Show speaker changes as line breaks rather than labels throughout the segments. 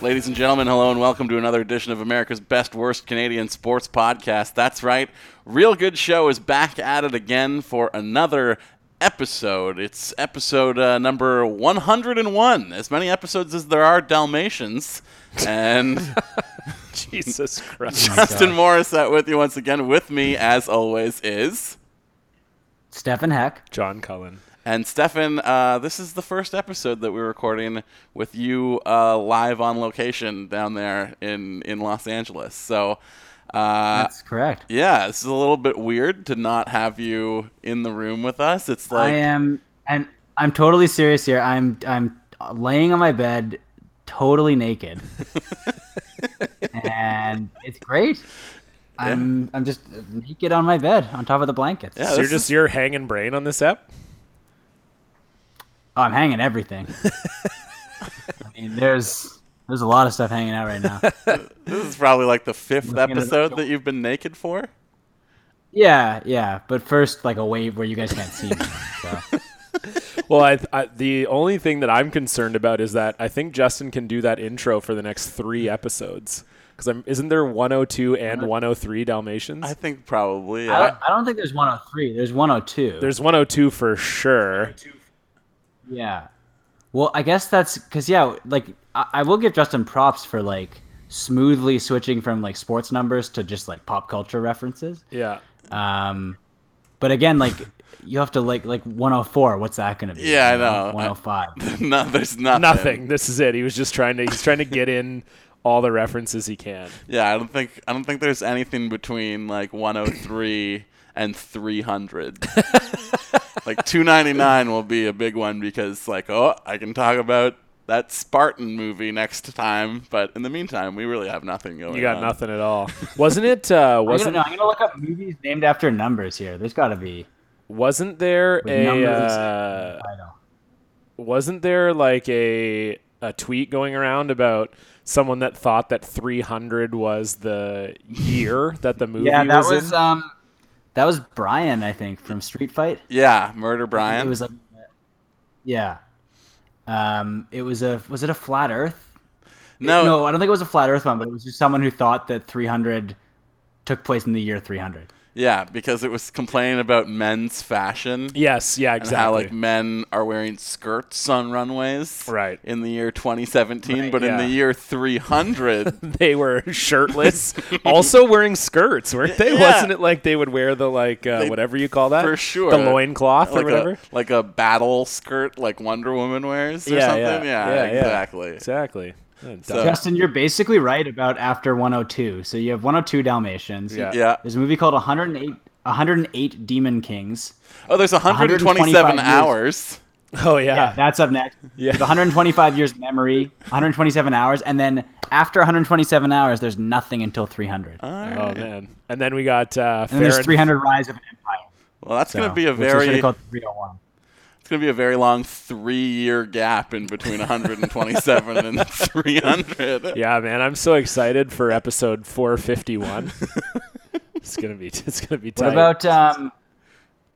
Ladies and gentlemen, hello and welcome to another edition of America's Best Worst Canadian Sports Podcast. That's right, Real Good Show is back at it again for another episode. It's episode uh, number 101, as many episodes as there are Dalmatians. And
Jesus Christ.
Justin Morris out with you once again. With me, as always, is.
Stefan Heck.
John Cullen.
And Stefan, uh, this is the first episode that we're recording with you uh, live on location down there in, in Los Angeles. So, uh,
That's correct.
yeah, this is a little bit weird to not have you in the room with us. It's like,
I am, and I'm totally serious here. I'm I'm laying on my bed, totally naked, and it's great. I'm I'm just naked on my bed, on top of the blankets.
Yeah,
So you're
this
just you're hanging brain on this app?
Oh, I'm hanging everything. I mean, there's there's a lot of stuff hanging out right now.
this is probably like the fifth
Looking at it.
episode that you've been naked for.
Yeah, yeah. But first, like a wave where you guys can't see me. So.
Well, I, I, the only thing that I'm concerned about is that I think Justin can do that intro for the next three episodes. Because I'm isn't there 102 and 103 Dalmatians?
I think probably.
I,
Yeah.
don't, I don't think there's 103. There's 102.
There's 102 for sure.
Yeah. Well, I guess that's because yeah, like I, I will give Justin props for like smoothly switching from like sports numbers to just like pop culture references.
Yeah.
Um, but again, like you have to like like 104. What's that gonna be?
Yeah, I
You
know. I-
105.
no, there's nothing.
Nothing. This is it. He was just trying to he's trying to get in all the references he can.
Yeah, I don't think I don't think there's anything between like 103 and 300. like 299 will be a big one because like oh, I can talk about that Spartan movie next time, but in the meantime, we really have nothing going on.
You got nothing at all. Wasn't it uh
I'm gonna,
wasn't
no, I'm gonna look up movies named after numbers here. There's got to be.
wasn't there
With
a
numbers.
uh,
I know.
wasn't there like a a tweet going around about someone that thought that 300 was the year that the movie
Yeah, that
was,
was
in?
um, that was Brian, I think, from Street Fight.
Yeah, Murder
It
Brian.
was a, yeah. Um, it was a was it a flat Earth?
no,
no, I don't think it was a flat Earth one, but it was just someone who thought that 300 took place in the year 300.
yeah, because it was complaining about men's fashion.
yes, yeah,
and
exactly.
how like men are wearing skirts on runways
Right.
in the year 2017 but in
yeah.
the year 300
they were shirtless, also wearing skirts, weren't they?
Yeah.
Wasn't it like they would wear the like uh, whatever you call that
for sure
the loincloth
like
or whatever?
a like a battle skirt like Wonder Woman wears or
yeah,
something
yeah,
exactly
exactly.
So-
Justin, you're basically right about after 102. So you have 102 Dalmatians.
Yeah.
yeah
There's a movie called 108 108 Demon Kings.
oh there's 127
125
hours
oh
Yeah,
yeah,
that's up next.
Yeah.
There's 125 years memory, 127 hours, and then after 127 hours, there's nothing until 300. And
All
oh
right.
man. And then we got uh,
then there's
Farron-
300 Rise of an Empire.
well that's going
so,
to be a
which they oh should've
very
called 301.
it's going to be a very long 3 year gap in between 127 and 300
Yeah, man, I'm so excited for episode 451. it's gonna be it's gonna be tight.
What about um?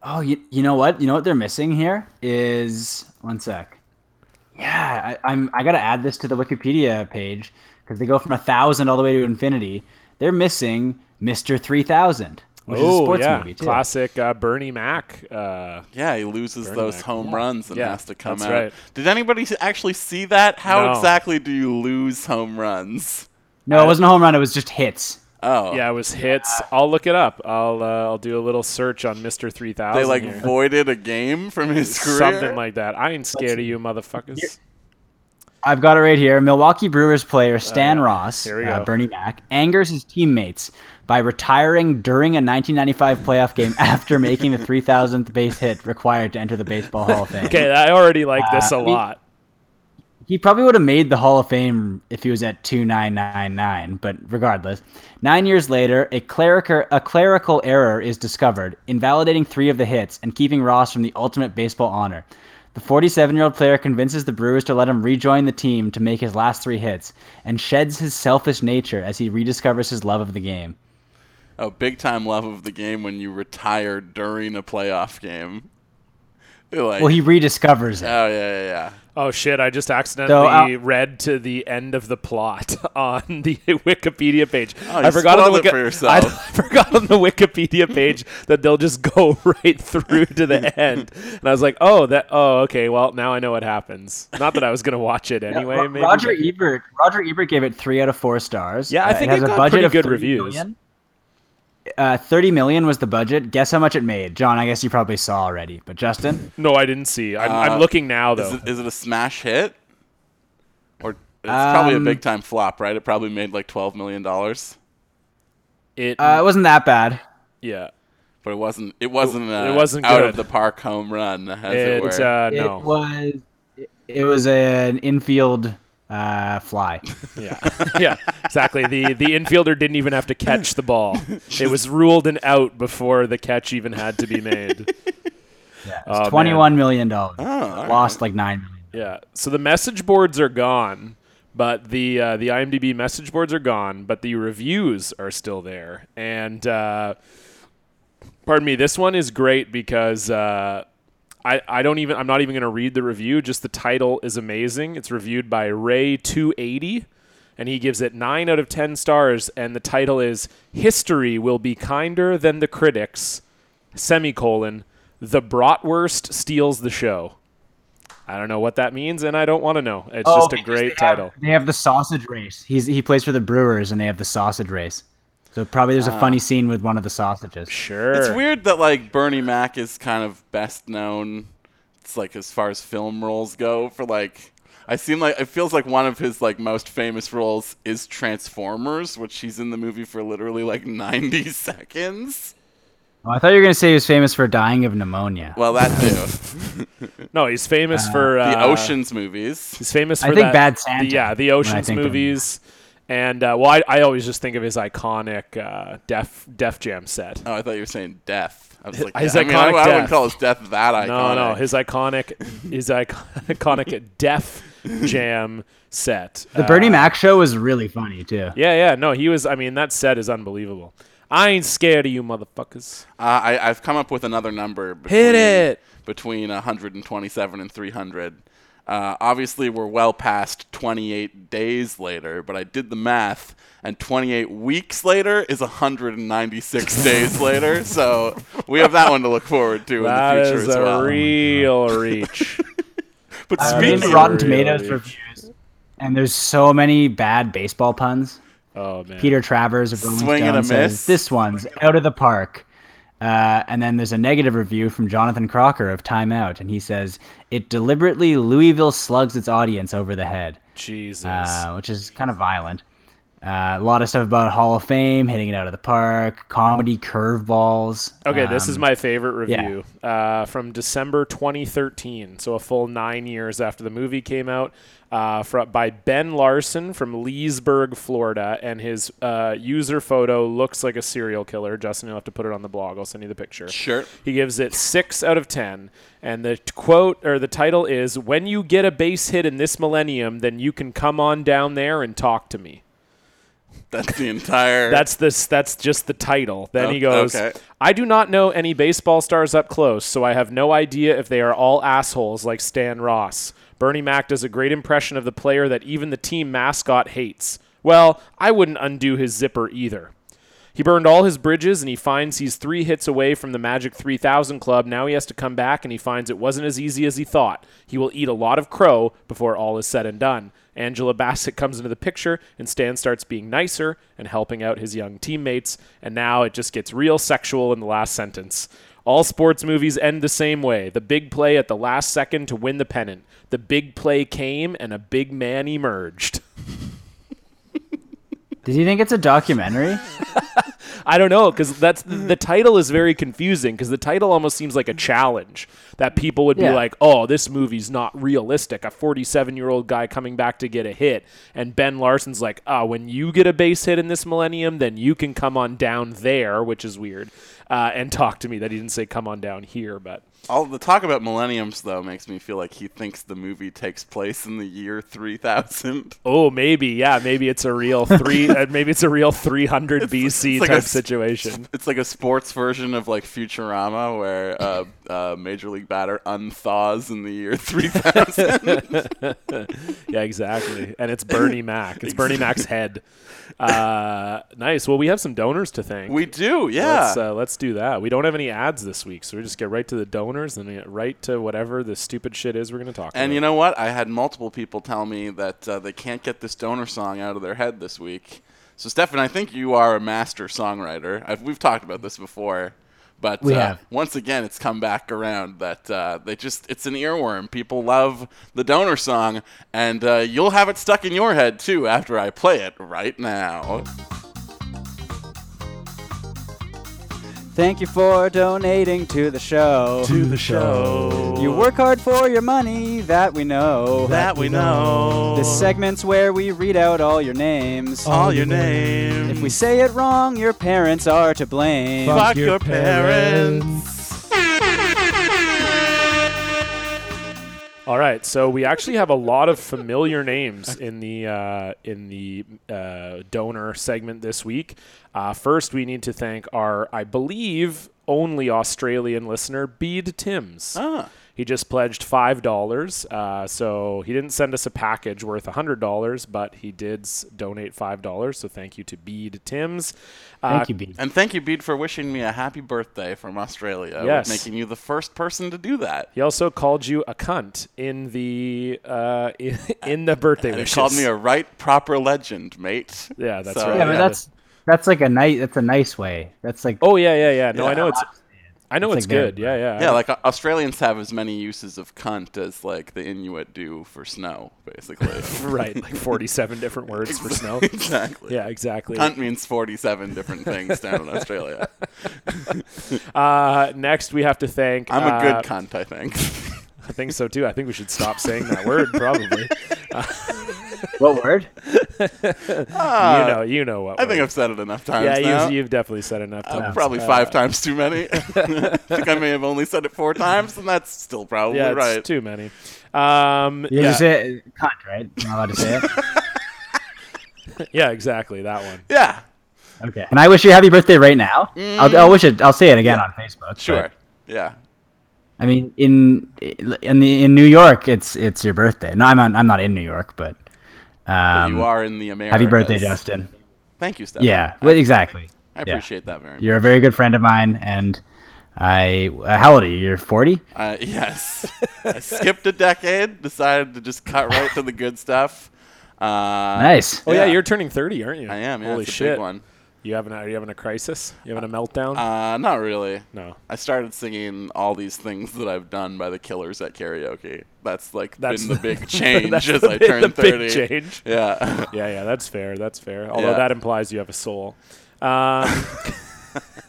Oh, you, you know what? You know what they're missing here is one sec. Yeah, I, I'm. I gotta add this to the Wikipedia page because they go from a thousand all the way to infinity. They're missing Mister Three Thousand, which is a
oh
sports
yeah,
movie too.
classic uh, Bernie Mac. Uh,
Yeah, he loses
Very
those
nice.
home runs and
Yeah,
has to come
that's
out.
right.
Did anybody s- actually see that? How
No.
exactly do you lose home runs?
No, it wasn't a home run. It was just hits.
Oh,
yeah, it was hits. I'll look it up. I'll uh, I'll do a little search on Mister Three Thousand.
They like
here.
voided a game from his career.
something like that. I ain't scared of you, motherfuckers.
I've got it right here. Milwaukee Brewers player Stan Ross,
Oh, here we
uh,
go.
Bernie Mac, angers his teammates by retiring during a 1995 playoff game after making the 3,000th base hit required to enter the Baseball Hall of Fame.
Okay, I already like this a
Uh,
lot.
He probably would have made the Hall of Fame if he was at 2999, but regardless. Nine years later, a, cleric- a clerical error is discovered, invalidating three of the hits and keeping Ross from the ultimate baseball honor. The 47 year old player convinces the Brewers to let him rejoin the team to make his last three hits and sheds his selfish nature as he rediscovers his love of the game.
Oh, big time love of the game when you retire during a playoff game. You're like,
Well, he rediscovers it.
oh yeah, yeah, yeah.
Oh shit! I just accidentally
So, uh,
read to the end of the plot on the Wikipedia page.
Oh, you
I forgot on the
spoiled it for
I,
yourself.
I forgot on the Wikipedia page that they'll just go right through to the end, and I was like, "Oh, that. Oh, okay. Well, now I know what happens. Not that I was gonna watch it anyway.
Ro-
maybe,
Roger
but-
Ebert. Roger Ebert gave it three out of four stars. Uh,
Yeah, I think it got pretty good reviews.
million. Uh, Thirty million was the budget. Guess how much it made, John? I guess you probably saw already, but Justin,
No, I didn't see. I'm, I'm
Uh,
looking now
Is
though.
it, is it a smash hit? Or it's probably a
Um,
big time flop, right? It probably made like twelve million dollars,
It,
uh, it wasn't that bad.
yeah.
but it wasn't. It wasn't. Uh,
it wasn't
out
good.
of the park home run, as it,
It,
were.
uh,
It
no.
was. It, it was an infield uh, fly.
Yeah. yeah. Exactly. The the infielder didn't even have to catch the ball. It was ruled an out before the catch even had to be made.
Yeah,
Oh, man.
it's twenty-one million dollars.
all
Lost like nine million.
Yeah. So the message boards are gone, but the uh, the IMDb message boards are gone, but the reviews are still there. And uh, pardon me, this one is great because uh, I I don't even I'm not even going to read the review. Just the title is amazing. It's reviewed by Ray two eighty. And he gives it nine out of ten stars, and the title is "History Will Be Kinder Than the Critics." Semicolon: The Bratwurst steals the show. I don't know what that means, and I don't want to know. It's
Oh,
just a
because Oh, they
great
have-
title.
they have the sausage race. He's he plays for the Brewers, and they have the sausage race. So probably
Ah.
there's a funny scene with one of the sausages.
Sure.
It's weird that like Bernie Mac is kind of best known. It's like as far as film roles go for like I seem like it feels like one of his like most famous roles is Transformers, which he's in the movie for literally like 90 seconds.
Oh, I thought you were gonna say he was famous for dying of pneumonia.
Well, that too.
No, he's famous for uh,
the Ocean's movies.
He's famous for
I think
that-
Bad Santa,
the- yeah, the
when I
Ocean's
think of him.
movies, and uh, well, I, I always just think of his iconic uh, Def Def Jam set.
Oh, I thought you were saying death. I was like,
His
yeah, I, mean, I,
iconic
I wouldn't
death.
call his death that iconic.
no, no, his iconic his icon- iconic Def Jam set.
The
Uh,
Bernie Mac show was really funny too.
Yeah, yeah, no, he was. I mean, that set is unbelievable. I ain't scared of you, motherfuckers.
Uh, I, I've come up with another number. Between,
Hit it.
Between 127 and 300. Uh, obviously, we're well past 28 days later, but I did the math, and 28 weeks later is 196 days later. So we have that one to look forward to in
That
the future
is
as
a
well. Oh
real reach.
but
I
Speaking
mean,
of-
Rotten
Really?
Tomatoes reviews, and there's so many bad baseball puns.
Oh man,
Peter Travers of Rolling
Swing and
Stone
a
says,
miss.
"This one's out of the park." Uh, and then there's a negative review from Jonathan Crocker of Time Out, and he says it deliberately Louisville slugs its audience over the head,
Jesus.
uh, which is kind of violent. Uh, a lot of stuff about Hall of Fame, hitting it out of the park, comedy curveballs.
Okay, this
Um,
is my favorite
yeah.
review uh, from December 2013, so a full nine years after the movie came out, uh, fro- by Ben Larson from Leesburg, Florida, and his uh, user photo looks like a serial killer. Justin, you'll have to put it on the blog. I'll send you the picture.
Sure.
He gives it six out of ten, and the t- quote or the title is "When you get a base hit in this millennium, then you can come on down there and talk to me."
That's the entire.
That's this. That's just the title. Then he
Oh,
goes,
okay.
"I do not know any baseball stars up close, so I have no idea if they are all assholes like Stan Ross. Bernie Mac does a great impression of the player that even the team mascot hates. Well, I wouldn't undo his zipper either." He burned all his bridges and he finds he's three hits away from the Magic 3000 club. Now he has to come back and he finds it wasn't as easy as he thought. He will eat a lot of crow before all is said and done. Angela Bassett comes into the picture and Stan starts being nicer and helping out his young teammates. And now it just gets real sexual in the last sentence. All sports movies end the same way the big play at the last second to win the pennant. The big play came and a big man emerged.
Does he think it's a documentary?
I don't know because that's
Hmm.
the, the title is very confusing because the title almost seems like a challenge that people would
Yeah.
be like, "Oh, this movie's not realistic." A 47-year-old guy coming back to get a hit, and Ben Larson's like, "Ah, when you get a base hit in this millennium, then you can come on down there," which is weird, uh, and talk to me. That he didn't say come on down here, but
All the talk about millenniums though makes me feel like he thinks the movie takes place in the year 3000.
oh, maybe yeah, maybe it's a real three, uh, maybe it's a real 300 BC
it's like a
type
s-
situation.
It's like a sports version of like Futurama where uh, uh, Major League Batter unthaws in the year 3000.
Yeah, exactly. And it's Bernie Mac. It's Bernie Mac's head. Uh, nice. Well, we have some donors to thank.
we do, yeah.
let's, uh, let's do that. We don't have any ads this week, so we just get right to the donors and get right to whatever the stupid shit is we're going to talk
and
about.
you know what? I had multiple people tell me that uh, they can't get this donor song out of their head this week. So Stefan, I think you are a master songwriter. I've, we've talked about this before. But
We
uh,
have.
once again, it's come back around that uh, they just—it's an earworm. People love the donor song, and uh, you'll have it stuck in your head too after I play it right now.
Thank you for donating to the show.
to the show.
You work hard for your money, that we know.
That we know.
This segment's where we read out all your names.
all your name.
If we say it wrong, your parents are to blame.
fuck your parents.
All right, so we actually have a lot of familiar names in the uh, in the uh, donor segment this week. Uh, first, we need to thank our, I believe, only Australian listener, Bede Timms.
Ah.
He just pledged five dollars, uh, so he didn't send us a package worth hundred dollars, but he did s- donate five dollars. So thank you to Bede Timms. Uh,
Thank you, B.
And thank you, Bede, for wishing me a happy birthday from Australia.
Yes.
With making you the first person to do that.
He also called you a cunt in the uh, in, in the birthday
And
wishes.
he called me a right proper legend, mate.
Yeah, that's
So-
right.
Yeah, but
yeah.
that's that's like a nice that's a nice way. That's like
Oh yeah, yeah, yeah. No, I know
Yeah.
it's. I know it's,
like their-
good. Yeah, yeah.
Yeah, like uh, Australians have as many uses of cunt as like the Inuit do for snow, basically.
right. Like forty-seven different words for snow.
exactly.
Yeah, exactly.
Cunt means 47 different things down in Australia.
Uh, next, we have to thank.
I'm a
uh,
good cunt, I think.
I think so too. I think we should stop saying that word. Probably.
what word?
Ah,
you know, you know what.
I think
word.
I've said it enough times
Yeah,
now.
you've, you've definitely said enough
Uh,
times.
probably
Uh,
five times too many. I think I may have only said it four times, and that's still probably
Yeah, it's
right.
too many. Um,
You
yeah,
just say it, cunt, right? You're not allowed to say it.
yeah, exactly that one.
yeah,
Okay. And I wish you happy birthday right now. I'll, I'll wish it. I'll say it again on Facebook. but-
sure. Yeah.
I mean, in in the in New York, it's it's your birthday. No, I'm not, I'm not in New York, but,
But
um,
you are in the Americas.
happy birthday, Justin.
Thank you, Steph.
Yeah, well, exactly.
I
yeah.
appreciate that very much.
You're a very good friend of mine, and I. Uh, how old are you? You're 40.
Uh, yes. I skipped a decade, decided to just cut right to the good stuff. Uh,
nice.
Oh yeah.
Yeah.
you're turning thirty, aren't you?
I am. Yeah,
Holy
it's a
shit!
big one.
You having a, are you having a crisis? You having a meltdown?
Uh, not really.
no.
I started singing all these things that I've done by the Killers at karaoke. That's like
That's
been the,
the-
big change
That's
as
the
I
big-
turned
the
thirty.
big change.
Yeah.
Yeah, yeah, that's fair. That's fair. Although
Yeah.
that implies you have a soul. Um,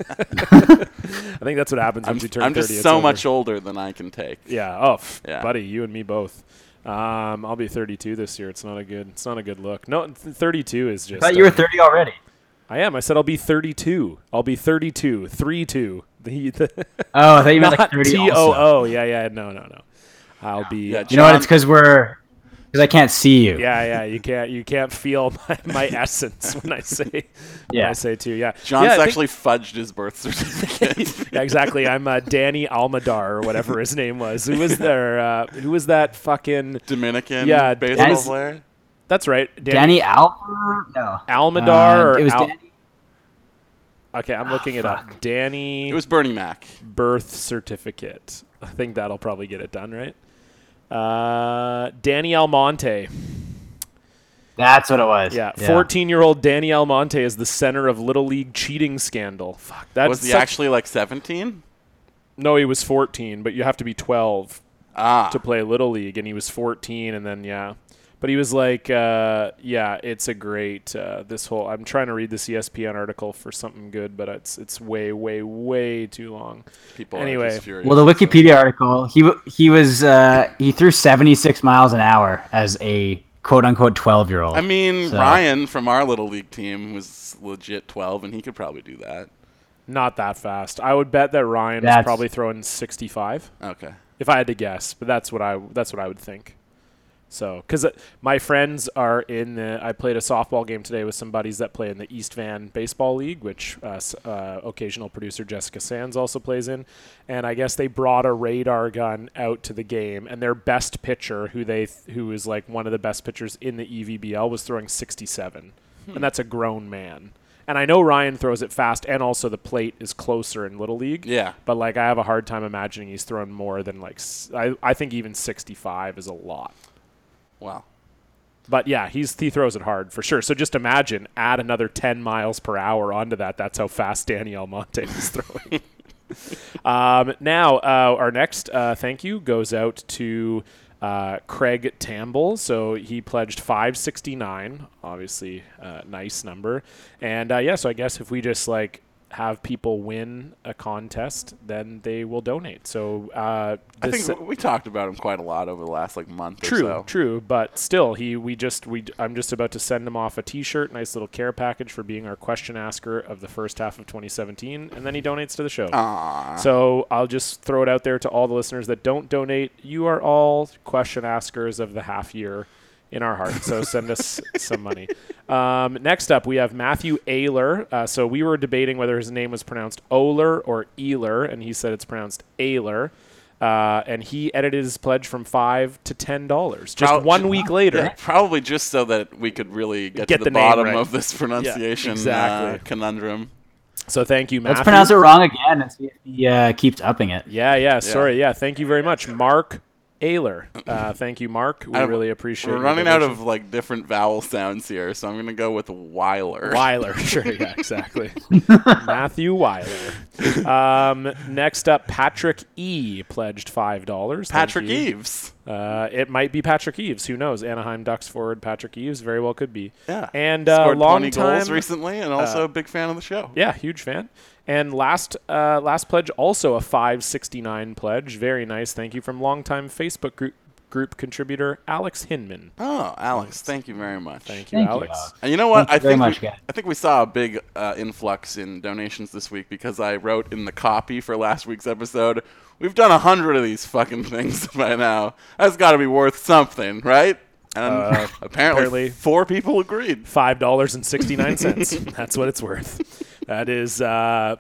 I think that's what happens
I'm,
once you turn
I'm
30.
just
it's
so
over.
much older than I can take.
Yeah. Oh, pff,
Yeah.
buddy, you and me both. Um, I'll be 32 this year. It's not a good. It's not a good look. No, th- 32 is just.
I thought you were
uh,
30 already.
I am. I said I'll be 32. I'll be 32. Three two. The, the
Oh, I thought you meant like
not
30.
T O
also.
O. Yeah, yeah. No, no, no. I'll be.
Yeah,
Yeah.
You know what?
John-
It's because we're because I can't see you.
yeah, You can't. You can't feel my, my essence when I say. When
Yeah.
I say two. Yeah.
John's
yeah, I think-
actually fudged his birth certificate.
yeah, exactly. I'm uh, Danny Almadar or whatever his name was. Who was there? Uh, who was that fucking?
Dominican
Yeah,
baseball
that's-
player.
That's right,
Danny Alper? No.
Almadar
Uh,
or
it was
Al-
Danny.
Okay, I'm looking it up. Danny
It was Bernie Mac.
birth certificate. I think that'll probably get it done, right? Uh, Danny Almonte.
That's what it was.
Yeah, fourteen-year-old Danny Almonte is the center of little league cheating scandal. Fuck, that's
Was he
such-
actually like 17?
No, he was fourteen, but you have to be twelve
Ah,
to play little league, and he was fourteen, and then yeah. But he was like, uh, yeah, it's a great uh, this whole. I'm trying to read this E ESPN article for something good, but it's it's way way way too long.
People are
Anyway.
just furious.
Well, the Wikipedia article, he w- he was uh, he threw 76 miles an hour as a quote unquote 12 year old.
I mean,
So-
Ryan from our little league team was legit 12, and he could probably do that.
Not that fast. I would bet that Ryan was
That's-
probably throwing 65
Okay.
if I had to guess, but that's what I that's what I would think. So, because my friends are in the, I played a softball game today with some buddies that play in the East Van Baseball League, which uh, s- uh, occasional producer Jessica Sands also plays in, and I guess they brought a radar gun out to the game, and their best pitcher, who they th- who is like one of the best pitchers in the E EVBL, was throwing 67, and that's a grown man. And I know Ryan throws it fast, and also the plate is closer in Little League.
Yeah.
But like, I have a hard time imagining he's thrown more than like. s- I, I think even 65 is a lot.
Wow.
But yeah, he's he throws it hard for sure. So just imagine add another 10 miles per hour onto that. That's how fast Danny Almonte is throwing. um, now uh, our next uh, thank you goes out to. Uh, Craig Tamble, so he pledged 569, obviously uh, nice number, and uh, yeah, so I guess if we just like have people win a contest, then they will donate. So uh,
I think
this-
w- we talked about him quite a lot over the last like month or
True,
so.
true, but still, he we just we I'm just about to send him off a T-shirt, nice little care package for being our question asker of the first half of 2017, and then he donates to the show.
Aw.
So I'll just throw it out there to all the listeners that don't donate. You are all question askers of the half year in our heart. So send us some money. Um, next up, we have Matthew Ayler. Uh, so we were debating whether his name was pronounced Oler or Eler, and he said it's pronounced Ayler. Uh, and he edited his pledge from five to ten dollars just
Prob-
one week later.
Yeah, probably just so that we could really get,
Get
to the,
the name
bottom
right.
of this pronunciation
exactly.
uh, conundrum.
So thank you, Matthew.
Let's pronounce it wrong again and see if he uh, keeps upping it.
Yeah, yeah. Sorry, yeah. Thank you very much, Mark Ayler. Uh, thank you, Mark. We
I-
really appreciate.
We're
your
running out
donation.
of like different vowel sounds here, so I'm gonna go with Weiler.
Weiler, sure, yeah, exactly. Matthew Weiler. Um, next up, Patrick E. pledged five dollars.
Patrick Eves.
Uh, it might be Patrick Eves. Who knows? Anaheim Ducks forward Patrick Eves very well could be.
Yeah.
and uh,
Scored
long
20
time. uh,
goals recently, and also a big fan of the show.
Yeah, huge fan. And last uh, last pledge, also a five sixty nine pledge. Very nice. Thank you from longtime Facebook group group contributor Alex Hinman.
Oh, Alex, thank you very much.
Thank you,
Thank you,
Alex.
Alex.
And you know what?
Thank you
I
very
think
much,
we,
guys.
I think we saw a big uh, influx in donations this week because I wrote in the copy for last week's episode. We've done a hundred of these fucking things by now. That's got to be worth something, right? And
Uh,
apparently,
apparently-
four people agreed.
five dollars and sixty nine cents. That's what it's worth. That is. Uh,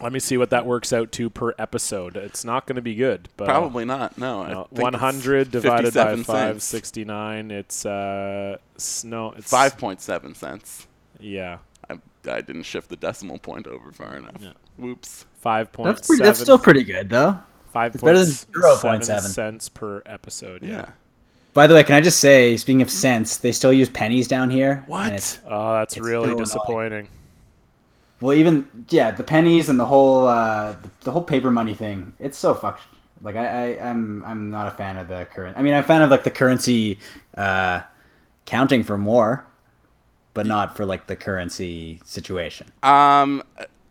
let me see what that works out to per episode. It's not going to be good, but
Probably not. No, I think it's
Uh, one hundred divided by
57
five
cents.
sixty nine. It's uh, s- no, it's
five point seven cents.
Yeah,
I, I didn't shift the decimal point over far enough. Whoops.
five point
That's pretty, that's still pretty good though.
five
it's better than
point
0.7.
cents per episode. Yeah.
Yeah.
By the way, can I just say, speaking of cents, they still use pennies down here. and
What?
it's-
Oh, that's
It's
really
still annoying.
disappointing.
Well, even yeah, the pennies and the whole uh, the whole paper money thing. It's so fucked. Like I, I I'm I'm not a fan of the current. I mean, I'm a fan of like the currency uh, counting for more, but not for like the currency situation.
Um,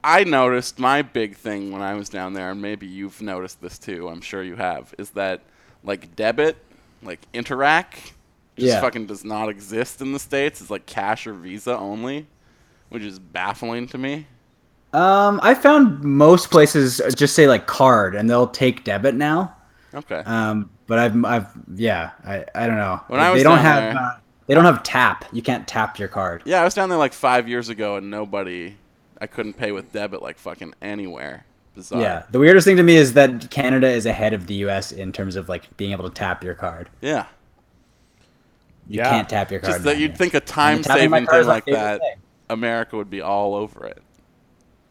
I noticed my big thing when I was down there, and maybe you've noticed this too. I'm sure you have. Is that like debit, like Interac, just
Yeah.
fucking does not exist in the states. It's like cash or Visa only, which is baffling to me.
Um, I found most places uh, just say like card, and they'll take debit now.
Okay.
Um, but I've I've yeah, I I don't know.
When I was
they don't
down
have
there-
uh, they don't have tap. You can't tap your card.
yeah, I was down there like five years ago, and nobody, I couldn't pay with debit like fucking anywhere. Bizarre.
Yeah, the weirdest thing to me is that Canada is ahead of the U.S. in terms of like being able to tap your card.
Yeah.
You
Yeah.
can't tap your card.
Just that
down
you'd
here.
think a
And
time
tapping my
saving
card
thing
is my
like
favorite
that,
thing.
America would be all over it.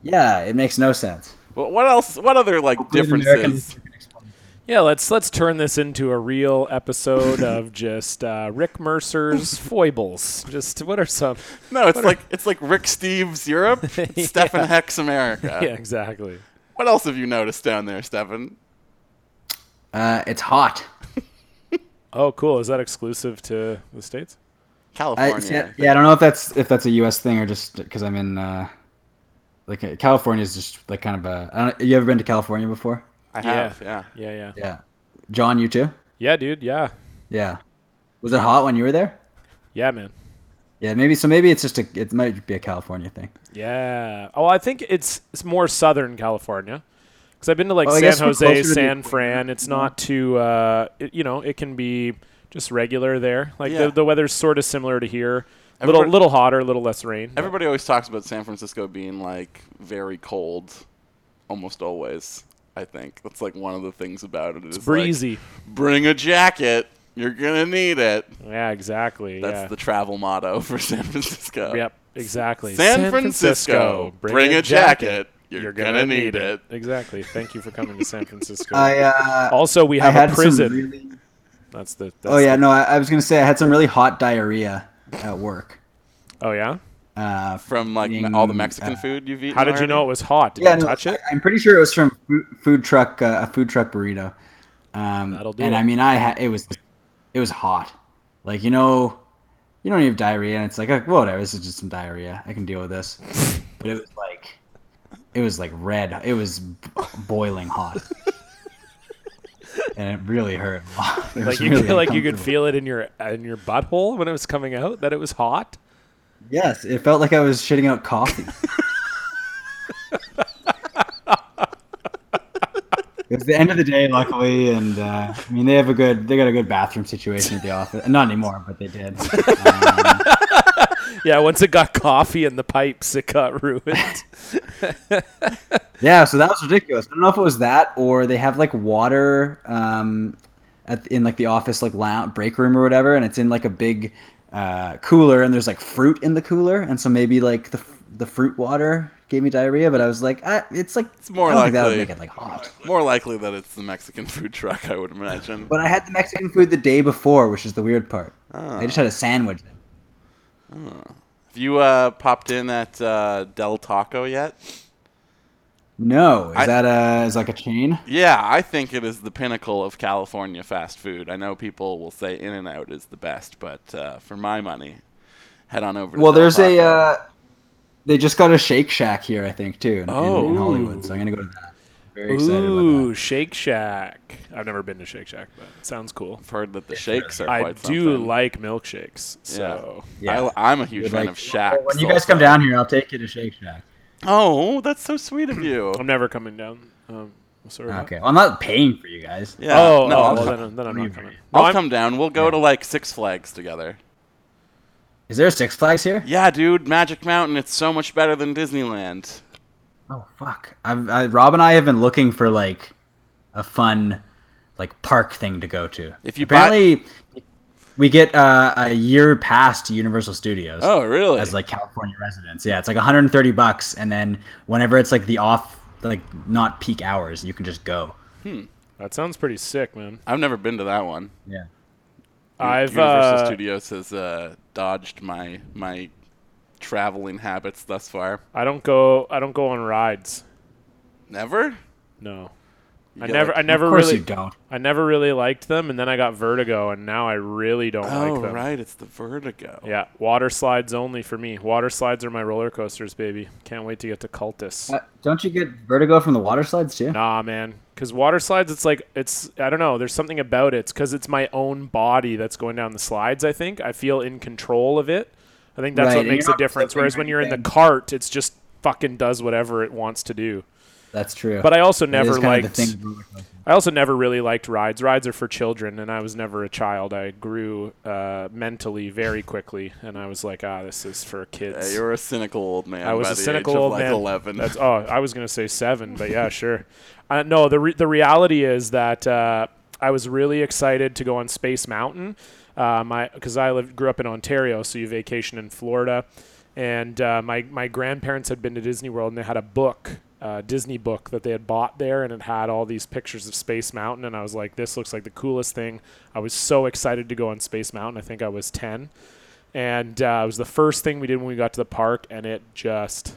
Yeah, it makes no sense.
Well, what else? What other like differences?
Yeah, let's let's turn this into a real episode of just uh, Rick Mercer's foibles. Just what are some?
No, it's like it's like Rick Steves Europe,
Yeah.
it's Stefan Hex America.
Yeah, exactly.
What else have you noticed down there, Stefan?
Uh, it's hot.
Oh, cool. Is that exclusive to the states?
I,
California.
yeah, yeah, I don't know if that's if that's a U.S. thing or just because I'm in uh, like uh, California is just like kind of a. I don't, you ever been to California before?
I have. Yeah.
Yeah, yeah.
Yeah. John, you too?
Yeah, dude. Yeah.
Yeah. Was it hot when you were there?
Yeah, man.
Yeah, maybe. So maybe it's just a. It might be a California thing.
Yeah. Oh, I think it's it's more Southern California. Because I've been to like
Well, I
San
guess we're
Jose,
closer to the
San
equator.
Fran. It's not too, uh, it, you know, it can be just regular there. Like
Yeah.
the, the weather's sort of similar to here.
Everybody-
little little hotter, little less rain. but-
Everybody always talks about San Francisco being like very cold, almost always. I think that's like one of the things about it. It's
breezy.
Bring a jacket. You're gonna need it.
yeah, exactly.
That's
yeah.
the travel motto for San Francisco.
Yep, exactly.
San, Francisco, bring, a jacket. You're, gonna, need it.
Exactly. Thank you for coming to San Francisco.
I uh,
also, we
I
Oh, have
had
a
some
prison.
really-
that's the. That's
oh yeah,
the-
no, I, I was gonna say I had some really hot diarrhea at work.
oh yeah.
Uh,
From like me-
Being,
all the Mexican
uh,
food you've eaten.
How did you
already?
know it was hot? Did
yeah,
you
no,
touch it?
I, am pretty sure it was from food, food truck uh, a food truck burrito. Um,
That'll do
And
it.
I mean, I had it was it was hot. Like you know, you don't have diarrhea, and it's like, oh, whatever. This is just some diarrhea. I can deal with this. But it was like, it was like red. It was b- boiling hot. And it really hurt. a lot. It
Like
was
you,
really
could- like you could
uncomfortable.
feel it in your in your butthole when it was coming out that it was hot.
Yes, it felt like I was shitting out coffee. it was the end of the day, luckily, and uh, I mean they have a good they got a good bathroom situation at the office. Not anymore, but they did. Um,
Yeah, once it got coffee in the pipes, it got ruined.
yeah, so that was ridiculous. I don't know if it was that or they have like water um, at in like the office like lounge break room or whatever, and it's in like a big uh, cooler, and there's like fruit in the cooler, and so maybe like the f- the fruit water gave me diarrhea, but I was like, I, it's like it's
more
I don't think that would
likely.
make it like hot.
More likely that it's the Mexican food truck, I would imagine.
But I had the Mexican food the day before, which is the weird part. I
Oh.
just had a sandwich.
Have you uh, popped in at uh, Del Taco yet?
No, is
I-
that a is like a chain?
Yeah, I think it is the pinnacle of California fast food. I know people will say In and Out is the best, but uh, for my money, head on over. to
Well,
Del
there's a.
Taco.
Uh, they just got a Shake Shack here, I think, too, in, in- in,
Oh.
Hollywood. So I'm gonna go to that. Very excited about
Ooh, Shake Shack. I've never been to Shake Shack, but it sounds cool.
I've heard that the shakes are
I
quite
do
something.
like milkshakes. So
Yeah.
I, am a huge
that.
fan of Shaq.
when you guys come down here, I'll take you to Shake Shack.
Oh, that's so sweet of you.
I'm never coming down. Um, sorry. about-
Okay, well, I'm not paying for you guys.
Yeah.
oh,
no,
oh,
I'll,
well, then, then I'm not coming. No,
I'll
I'm-
come down. We'll go to like Six Flags together.
Is there a Six Flags here?
Yeah, dude, Magic Mountain. It's so much better than Disneyland.
Oh fuck! I've, I, Rob and I have been looking for like a fun like park thing to go to.
If you
apparently we get uh, a year pass to Universal Studios
Oh, really?
as like California residents. Yeah, it's like 130 bucks, and then whenever it's like the off like not peak hours, you can just go.
That sounds pretty sick, man.
I've never been to that one.
Yeah.
I've
Universal
uh,
Studios has uh, dodged my my traveling habits thus far.
I don't go I don't go on rides.
Never.
No. I
get,
never
like-
I never
of course
really
you don't.
I never really liked them and then I got vertigo and now I really don't
Oh,
like them.
right. It's the Vertigo.
Yeah, water slides only for me. Water slides are my roller coasters, baby. Can't wait to get to Cultus.
Uh, don't you get vertigo from the water slides too?
Nah, man. Because water slides, it's like, it's, I don't know. There's something about it. It's because it's my own body that's going down the slides, I think. I feel in control of it. I think that's
Right,
what
and
makes
you're
a
not
difference.
flipping
Whereas
or
when you're in the
anything.
cart, it's just fucking does whatever it wants to do.
That's true.
But I also
It is
never
kind of
liked,
the thing with roller coasters.
I also never really liked rides. Rides are for children, and I was never a child. I grew uh, mentally very quickly, and I was like, ah, this is for
Yeah,
kids.
you were a cynical old man.
I was
by
a
the
cynical
age of
old
like
man.
Eleven.
That's oh, I was gonna say seven, but yeah, sure. Uh, no, the re- the reality is that uh, I was really excited to go on Space Mountain, uh, my because I lived grew up in Ontario, so you vacation in Florida, and uh, my my grandparents had been to Disney World and they had a book. Uh, Disney book that they had bought there, and it had all these pictures of Space Mountain, and I was like, "This looks like the coolest thing." I was so excited to go on Space Mountain. I think I was ten, and uh, it was the first thing we did when we got to the park, and it just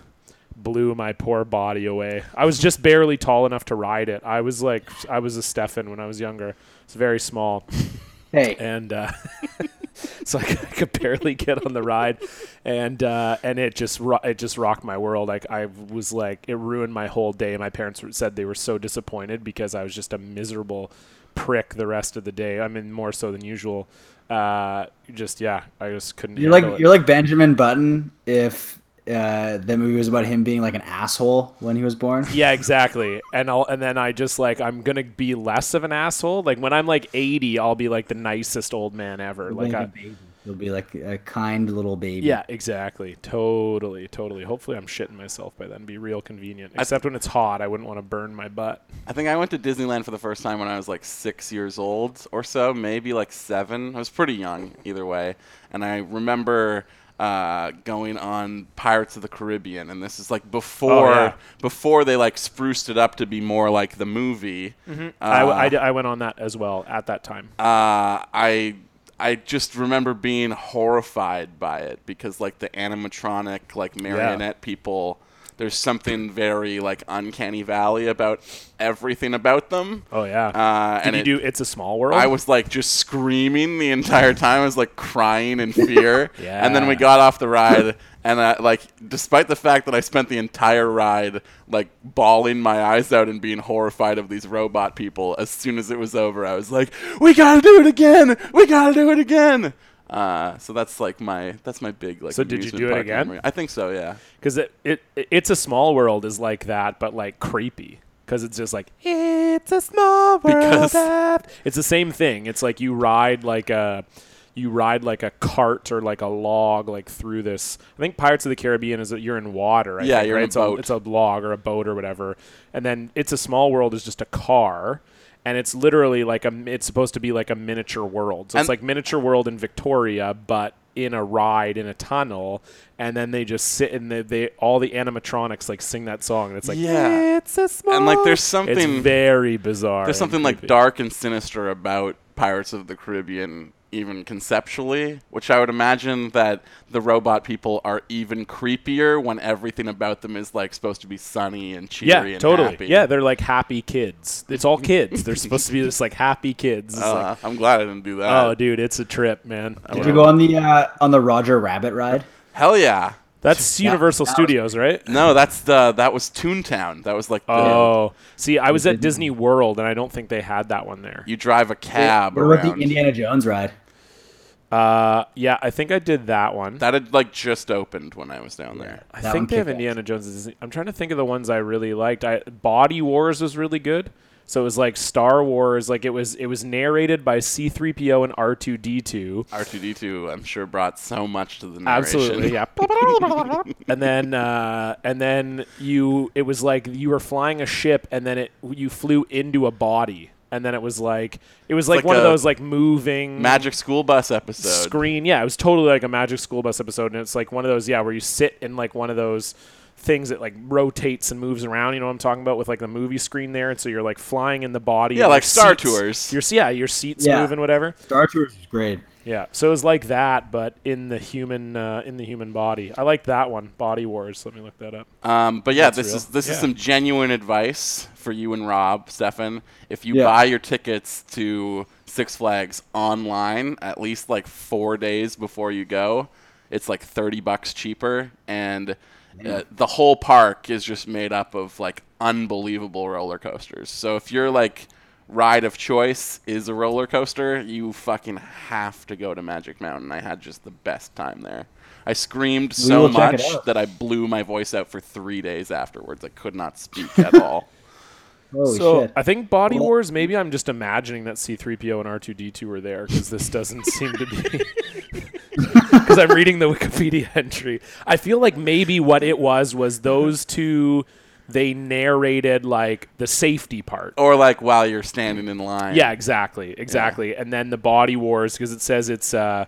blew my poor body away. I was just barely tall enough to ride it. I was like, I was a Stefan when I was younger. It's very small.
Hey,
and uh, so I could, I could barely get on the ride, and uh, and it just ro- it just rocked my world. Like I was like it ruined my whole day. My parents were- said they were so disappointed because I was just a miserable prick the rest of the day. I mean, more so than usual. Uh, just yeah, I just couldn't.
you're
handle
like
it.
you're like Benjamin Button if uh, the movie was about him being like an asshole when he was born.
Yeah, exactly. And I'll and then I just like I'm gonna be less of an asshole. Like when I'm like 80, I'll be like the nicest old man ever. Like
Like a
I,
baby. He'll be like a kind little baby.
yeah, exactly, totally, totally. Hopefully, I'm shitting myself by then. It'd be real convenient. Except when it's hot, I wouldn't want to burn my butt.
I think I went to Disneyland for the first time when I was like six years old or so, maybe like seven. I was pretty young either way. And I remember uh, going on Pirates of the Caribbean. And this is like before
Oh, yeah.
before they like spruced it up to be more like the movie.
Mm-hmm. I,
Uh,
I d- I went on that as well at that time.
uh, I I just remember being horrified by it because like the animatronic like marionette people. There's something very like uncanny valley about everything about them.
oh yeah.
Uh,
Did
and
you
it-
do It's a Small World?
I was like just screaming the entire time. I was like crying in fear.
Yeah.
And then we got off the ride, and I, like, despite the fact that I spent the entire ride like bawling my eyes out and being horrified of these robot people, as soon as it was over, I was like, "We gotta do it again! We gotta do it again!" Uh, so that's like my that's my big like.
So did you
amusement
do it
park
again?
memory. I think so. Yeah.
because it, it It's a Small World is like that, but like creepy. Because it's just like it's a small world.
Because-
after-" It's the same thing. It's like you ride like a you ride like a cart or like a log like through this. I think Pirates of the Caribbean is that you're in water. I
Yeah,
think,
you're
right?
in a
it's
boat.
it's a log or a boat or whatever, and then it's a small world is just a car. And it's literally like a. It's supposed to be like a miniature world. So
And-
it's like miniature world in Victoria, but in a ride in a tunnel. And then they just sit and they, they all the animatronics like sing that song. And it's like
Yeah.
it's a small.
like, there's
It's
something-
very bizarre.
There's
and
something like
creepy.
dark and sinister about Pirates of the Caribbean, even conceptually, which I would imagine that the robot people are even creepier when everything about them is like supposed to be sunny and cheery
Yeah,
and
totally.
happy.
Yeah, they're like happy kids. It's all kids. they're supposed to be just like happy kids. It's
Uh,
like,
I'm glad I didn't do that.
oh, dude, it's a trip, man.
Did you go on the uh, on the Roger Rabbit ride?
Hell yeah!
That's Universal
that was-
Studios, right?
No, that's the that was Toontown. That was like the,
Oh, see, I was at Disney World, and I don't think they had that one there.
you drive a cab
What about
around.
the Indiana Jones ride?
Uh, yeah, I think I did that one.
that had like just opened when I was down there.
I
that one
think they have
kicked ass.
Indiana Jones. at Disney. I'm trying to think of the ones I really liked. I Body Wars was really good. So it was like Star Wars. Like it was it was narrated by C3PO and R2D2.
R2D2, I'm sure, brought so much to the narration.
Absolutely, yeah. and then uh, and then you it was like you were flying a ship and then it you flew into a body and then it was like it was like,
like
one of
a
those like moving
Magic School Bus episode.
screen. Yeah, it was totally like a Magic School Bus episode, and it's like one of those yeah where you sit in like one of those things that like rotates and moves around. You know what I'm talking about with like the movie screen there, and so you're like flying in the body.
Yeah,
and
like
your
Star
seats-
Tours.
Your yeah, your seats
Yeah.
move and whatever.
Star Tours is great.
Yeah, so it was like that, but in the human uh, in the human body. I like that one, Body Wars. Let me look that up.
Um, but yeah, this
real.
is this is
Yeah.
some genuine advice for you and Rob, Stefan. If you
Yeah.
buy your tickets to Six Flags online, at least like four days before you go, it's like thirty bucks cheaper, and
Mm.
uh, the whole park is just made up of like unbelievable roller coasters. So if your like ride of choice is a roller coaster, you fucking have to go to Magic Mountain. I had just the best time there. I screamed so
will check it
much
out.
that I blew my voice out for three days afterwards. I could not speak at all.
Holy
so
shit!
I think Body
Well-
Wars. Maybe I'm just imagining that C-3PO and R2D2 were there because this doesn't seem to be. Because I'm reading the Wikipedia entry, I feel like maybe what it was was those two. They narrated like the safety part.
Oh,
Or like while you're standing in line.
Yeah, exactly, exactly. And then the Body Wars, because it says it's uh,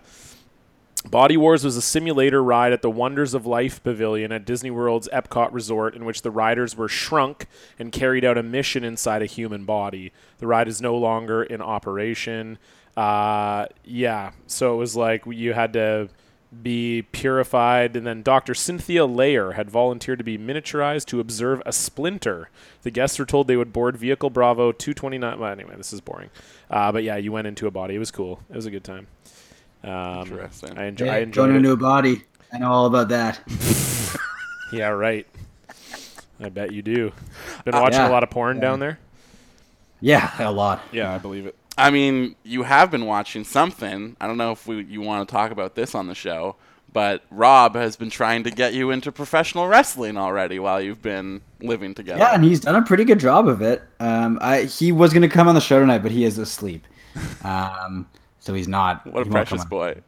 Body Wars was a simulator ride at the Wonders of Life Pavilion at Disney World's Epcot Resort, in which the riders were shrunk and carried out a mission inside a human body. The ride is no longer in operation. Uh, yeah, so it was like you had to be purified. And then Dr. Cynthia Layer had volunteered to be miniaturized to observe a splinter. The guests were told they would board Vehicle Bravo 229. Well, anyway, this is boring. Uh, but yeah, you went into a body. It was cool. It was a good time. Um,
Interesting.
I, enjoy, I
Yeah,
enjoyed
going
it.
into a body. I know all about that.
Yeah, right. I bet you do. Been
Uh,
watching
yeah.
a lot of porn down there.
Yeah, a lot.
Yeah, I believe it.
I mean, you have been watching something. I don't know if we, you want to talk about this on the show, but Rob has been trying to get you into professional wrestling already while you've been living together.
Yeah, and he's done a pretty good job of it. Um, I he was gonna come on the show tonight, but he is asleep. Um, so he's
what
not.
a
he won't come
precious
on.
boy.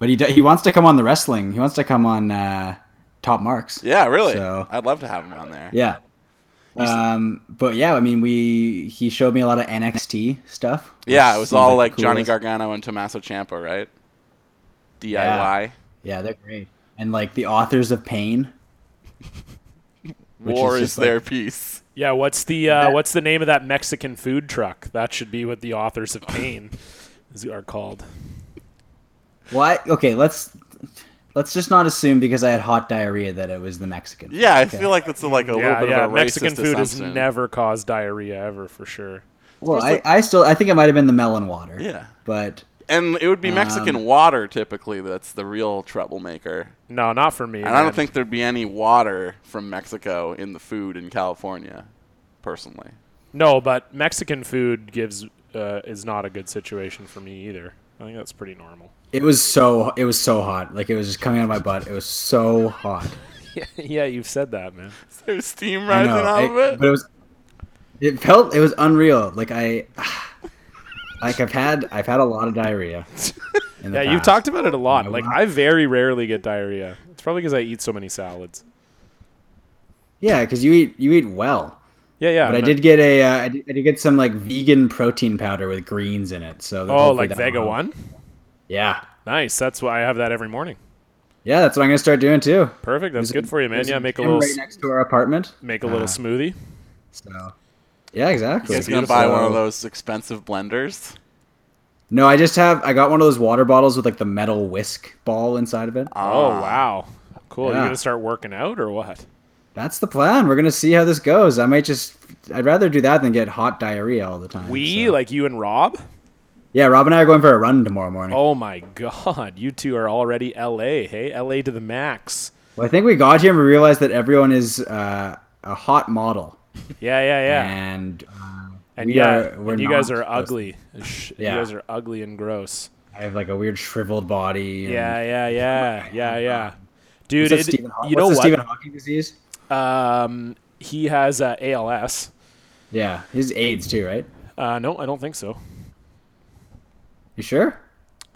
But he do, he wants to come on the wrestling. He wants to come on uh, Top Marks.
Yeah, really.
So-
I'd love to have him on there.
Yeah. Um, but yeah, I mean, we he showed me a lot of NXT stuff. which
Yeah, it was
seems
all
the
like Johnny
coolest.
Gargano and Tommaso Ciampa, right? DIY.
Yeah, they're great. And like the authors of Pain. Which
War is,
is just, like-
their peace.
Yeah, what's the uh, what's the name of that Mexican food truck? That should be what the authors of pain is- are called.
What? Okay, let's let's just not assume because I had hot diarrhea that it was the Mexican.
Yeah, I
Okay.
feel like that's a, like a little
yeah,
bit
yeah.
of a
Mexican
racist
food has
assumption.
never caused diarrhea ever for sure.
Well, I, I still I think it might have been the melon water.
Yeah.
But
and it would be Mexican water typically that's the real troublemaker.
No, not for me.
And I
man.
don't think there'd be any water from Mexico in the food in California, personally.
no, but Mexican food gives uh, is not a good situation for me either. I think that's pretty normal.
it was so it was so hot. Like it was just coming out of my butt. It was so hot.
yeah, you've said that, man.
There's steam
I
rising
know.
out
I-
of it.
But it was it felt it was unreal. Like I like I've had I've had a lot of diarrhea. in the
Yeah, you've
past.
talked about it a lot.
Mm-hmm.
Like
wow.
I very rarely get diarrhea. It's probably because I eat so many salads.
Yeah, because you eat you eat well.
Yeah, yeah.
But I
no-
did get a uh, I, did, I did get some like vegan protein powder with greens in it. So
Oh,
hopefully
like
that'll
Vega
help.
One.
Yeah,
Nice. That's why I have that every morning.
yeah, that's what I'm gonna start doing too.
Perfect. That's
There's
good
a-
for you, man.
there's
Yeah, make a
gym
little
right
s-
next to our apartment.
make a little
Ah.
smoothie.
So, yeah, exactly.
He's gonna buy one of those expensive blenders.
No, I just have I got one of those water bottles with like the metal whisk ball inside of it.
Uh.
Oh wow, cool. Are you
Ah. Yeah.
gonna start working out or what?
That's the plan. We're gonna see how this goes. I might just I'd rather do that than get hot diarrhea all the time.
We
so.
like you and Rob.
yeah, Rob and I are going for a run tomorrow morning.
Oh my god, you two are already L.A. Hey, L.A. to the max.
Well, I think we got here and we realized that everyone is uh, a hot model.
Yeah, yeah, yeah.
And uh,
and
we
yeah,
are- we're
and you guys
not
are
supposed to-
ugly. Sh-
Yeah.
You guys are ugly and gross.
I have like a weird shriveled body. and-
Yeah, yeah, yeah, yeah, yeah.
What's
Dude,
that
it-
Stephen Haw-
you
what's
know
the
what?
Stephen Hawking disease?
Um, he has uh, ALS.
Yeah, his AIDS too, right?
Uh, no, I don't think so.
You sure?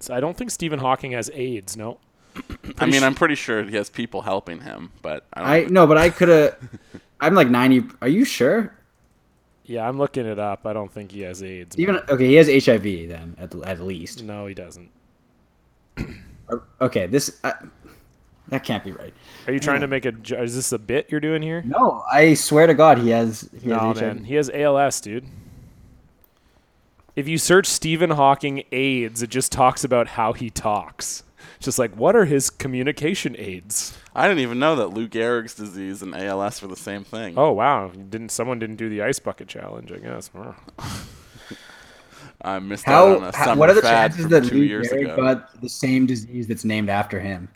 So I don't think Stephen Hawking has AIDS. No.
I mean, I'm pretty sure he has people helping him, but I don't
I no, but I could have. I'm like ninety. Are you sure?
Yeah, I'm looking it up. I don't think he has AIDS. man.
Even okay, he has HIV then at, at least.
No, he doesn't.
Or- Okay, this I, that can't be right.
Are you trying to make a? jo- Is this a bit you're doing here?
No, I swear to God, he has. He
No,
has HIV.
man. He has ALS, dude. If you search Stephen Hawking AIDS, it just talks about how he talks. It's Just like what are his communication aids?
I didn't even know that Lou Gehrig's disease and ALS were the same thing.
Oh wow, didn't someone didn't do the ice bucket challenge? I guess. Wow.
I missed out on
How,
a
how-
summer
What are the
fad
chances
from
that
two
Lou
years
Gehrig
ago.
got the same disease that's named after him?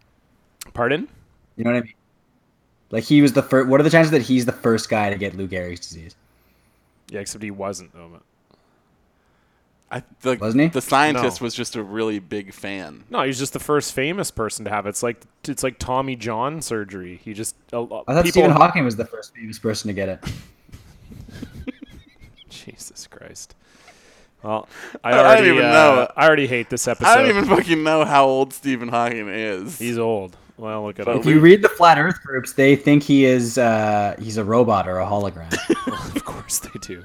Pardon?
You know what I mean? Like he was the first. What are the chances that he's the first guy to get Lou Gehrig's disease?
Yeah, except he wasn't though. but-
I, the,
Wasn't he?
The scientist
No.
was just a really big fan.
No, he's just the first famous person to have it. It's like it's like Tommy John surgery. He just a lot-
I thought
people.
Stephen Hawking was the first famous person to get it.
Jesus Christ. Well, I
don't
already
even
uh,
know.
I already hate this episode.
I don't even fucking know how old Stephen Hawking is.
He's old. Well, look at
But
up.
If you
Lou-
read the flat Earth groups, they think he is uh, he's a robot or a hologram.
Of course they do.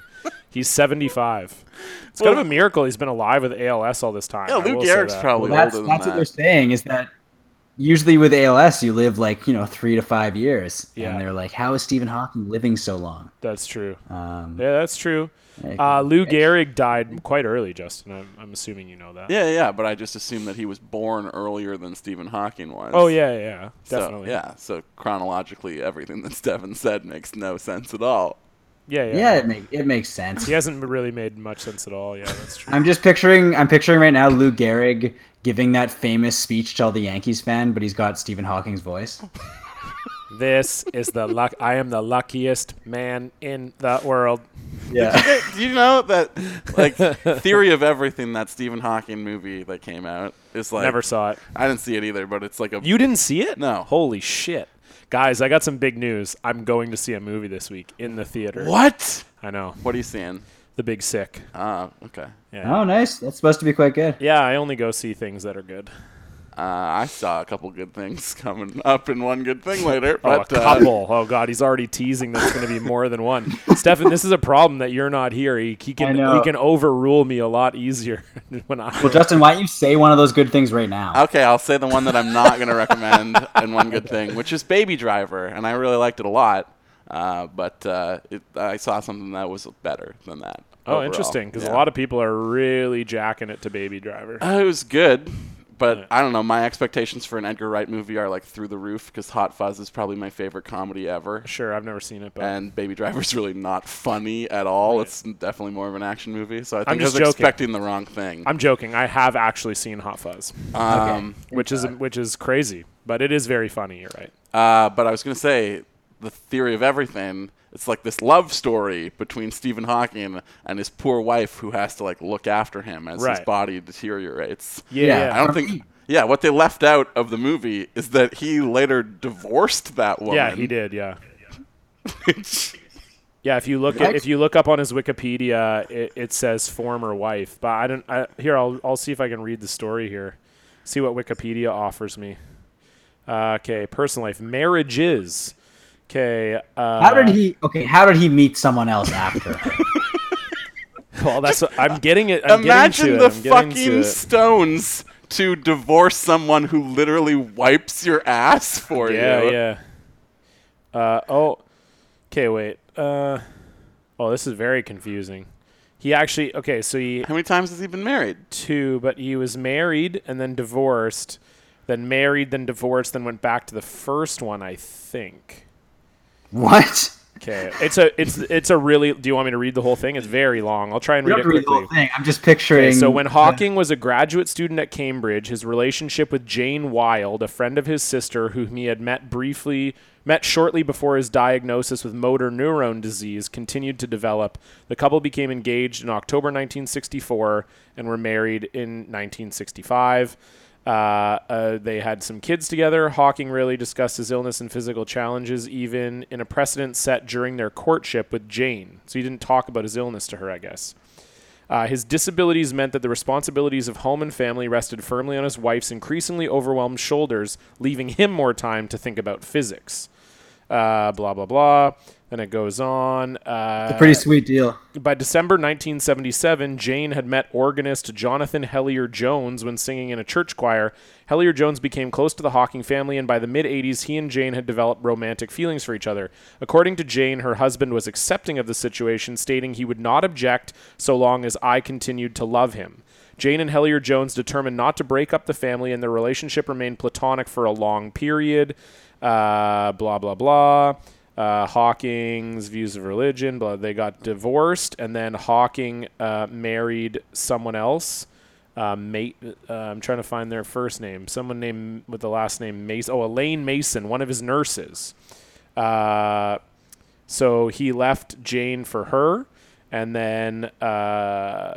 He's 75. It's kind of a miracle he's been alive with ALS all this time.
yeah,
I
Lou
will say
Gehrig's
that.
probably
Well, that's
older than
that's what
that.
they're saying is that usually with ALS, you live like you know three to five years,
Yeah.
and they're like, "How is Stephen Hawking living so long?"
That's true.
Um,
Yeah, that's true.
I-
Uh, Lou Gehrig died quite early, Justin. I'm, I'm assuming you know that.
Yeah, yeah, but I just assumed that he was born earlier than Stephen Hawking was.
Oh yeah, yeah, yeah,
So,
definitely.
yeah, so chronologically, everything that Stefan said makes no sense at all.
yeah, yeah,
yeah, it, make, it makes sense.
He hasn't really made much sense at all. Yeah, that's true.
I'm just picturing. I'm picturing right now Lou Gehrig giving that famous speech to all the Yankees fan, but he's got Stephen Hawking's voice.
this is the luck. I am the luckiest man in the world.
Yeah,
Do you know that, like, theory of everything that Stephen Hawking movie that came out is like
Never saw it.
I didn't see it either, but it's like a
You didn't see it?
No.
Holy shit. Guys, I got some big news. I'm going to see a movie this week in the theater.
what?
I know.
What are you seeing?
The Big Sick.
Ah, okay.
Yeah.
oh, nice. That's supposed to be quite good.
Yeah, I only go see things that are good.
Uh, I saw a couple good things coming up and one good thing later,
Oh,
but uh,
a couple. oh god, he's already teasing that it's going to be more than one. Stefan, this is a problem that you're not here. He, he can
know.
he can overrule me a lot easier when I.
Well, Justin, why don't you say one of those good things right now?
Uh, okay, I'll say the one that I'm not going to recommend and one good thing, which is Baby Driver, and I really liked it a lot. Uh, but uh, it, I saw something that was better than that.
oh, interesting, because a lot of people are really jacking it to Baby Driver.
Uh, it was good, but I don't know. My expectations for an Edgar Wright movie are like through the roof because Hot Fuzz is probably my favorite comedy ever.
Sure, I've never seen it, but
And Baby Driver's really not funny at all. It's definitely more of an action movie. So I think I was
just joking.
expecting the wrong thing.
I'm joking. I have actually seen Hot Fuzz,
Um,
which is which is crazy, but it is very funny. You're right.
uh, but I was going to say the theory of everything. It's like this love story between Stephen Hawking and his poor wife, who has to like look after him as his
Right.
body deteriorates.
Yeah,
Yeah,
I don't think. Yeah, what they left out of the movie is that he later divorced that woman.
yeah, he did. Yeah.
did.
Yeah, if you look at, if you look up on his Wikipedia, it, it says former wife. But I don't. I, here, I'll I'll see if I can read the story here. See what Wikipedia offers me. Uh, okay, personal life, marriages. Okay. Uh,
How did he? Okay, how did he meet someone else after? her?
Well, that's. What, I'm getting it. I'm
Imagine
getting to
the
it, I'm getting to
fucking
it.
stones to divorce someone who literally wipes your ass for
Yeah,
you.
yeah. Uh, oh, okay. Wait. Uh, oh, this is very confusing. He actually okay. So he
How many times has he been married?
two, but he was married and then divorced, then married, then divorced, then went back to the first one, I think.
what?
Okay, it's a it's it's a really. Do you want me to read the whole thing? It's very long. I'll try and
You
read
don't
it
have to read the
quickly.
whole thing. I'm just picturing.
Okay, so when Hawking was a graduate student at Cambridge, his relationship with Jane Wilde, a friend of his sister whom he had met briefly met shortly before his diagnosis with motor neuron disease, continued to develop. The couple became engaged in October 1964 and were married in 1965. Uh, uh, they had some kids together. Hawking rarely discussed his illness and physical challenges, even in a precedent set during their courtship with Jane. So he didn't talk about his illness to her, I guess. Uh, his disabilities meant that the responsibilities of home and family rested firmly on his wife's increasingly overwhelmed shoulders, leaving him more time to think about physics. Uh, blah, blah, blah. Then it goes on. Uh,
pretty sweet deal.
by December 1977, Jane had met organist Jonathan Hellier Jones when singing in a church choir. Hellier Jones became close to the Hawking family, and by the mid 80s, he and Jane had developed romantic feelings for each other. According to Jane, her husband was accepting of the situation, stating he would not object so long as I continued to love him. Jane and Hellier Jones determined not to break up the family, and their relationship remained platonic for a long period. Uh, blah, blah, blah uh, Hawking's views of religion. Blah. They got divorced, and then Hawking uh, married someone else. Uh, mate, uh, I'm trying to find their first name. Someone named with the last name Mason. Oh, Elaine Mason, one of his nurses. Uh, so he left Jane for her, and then uh,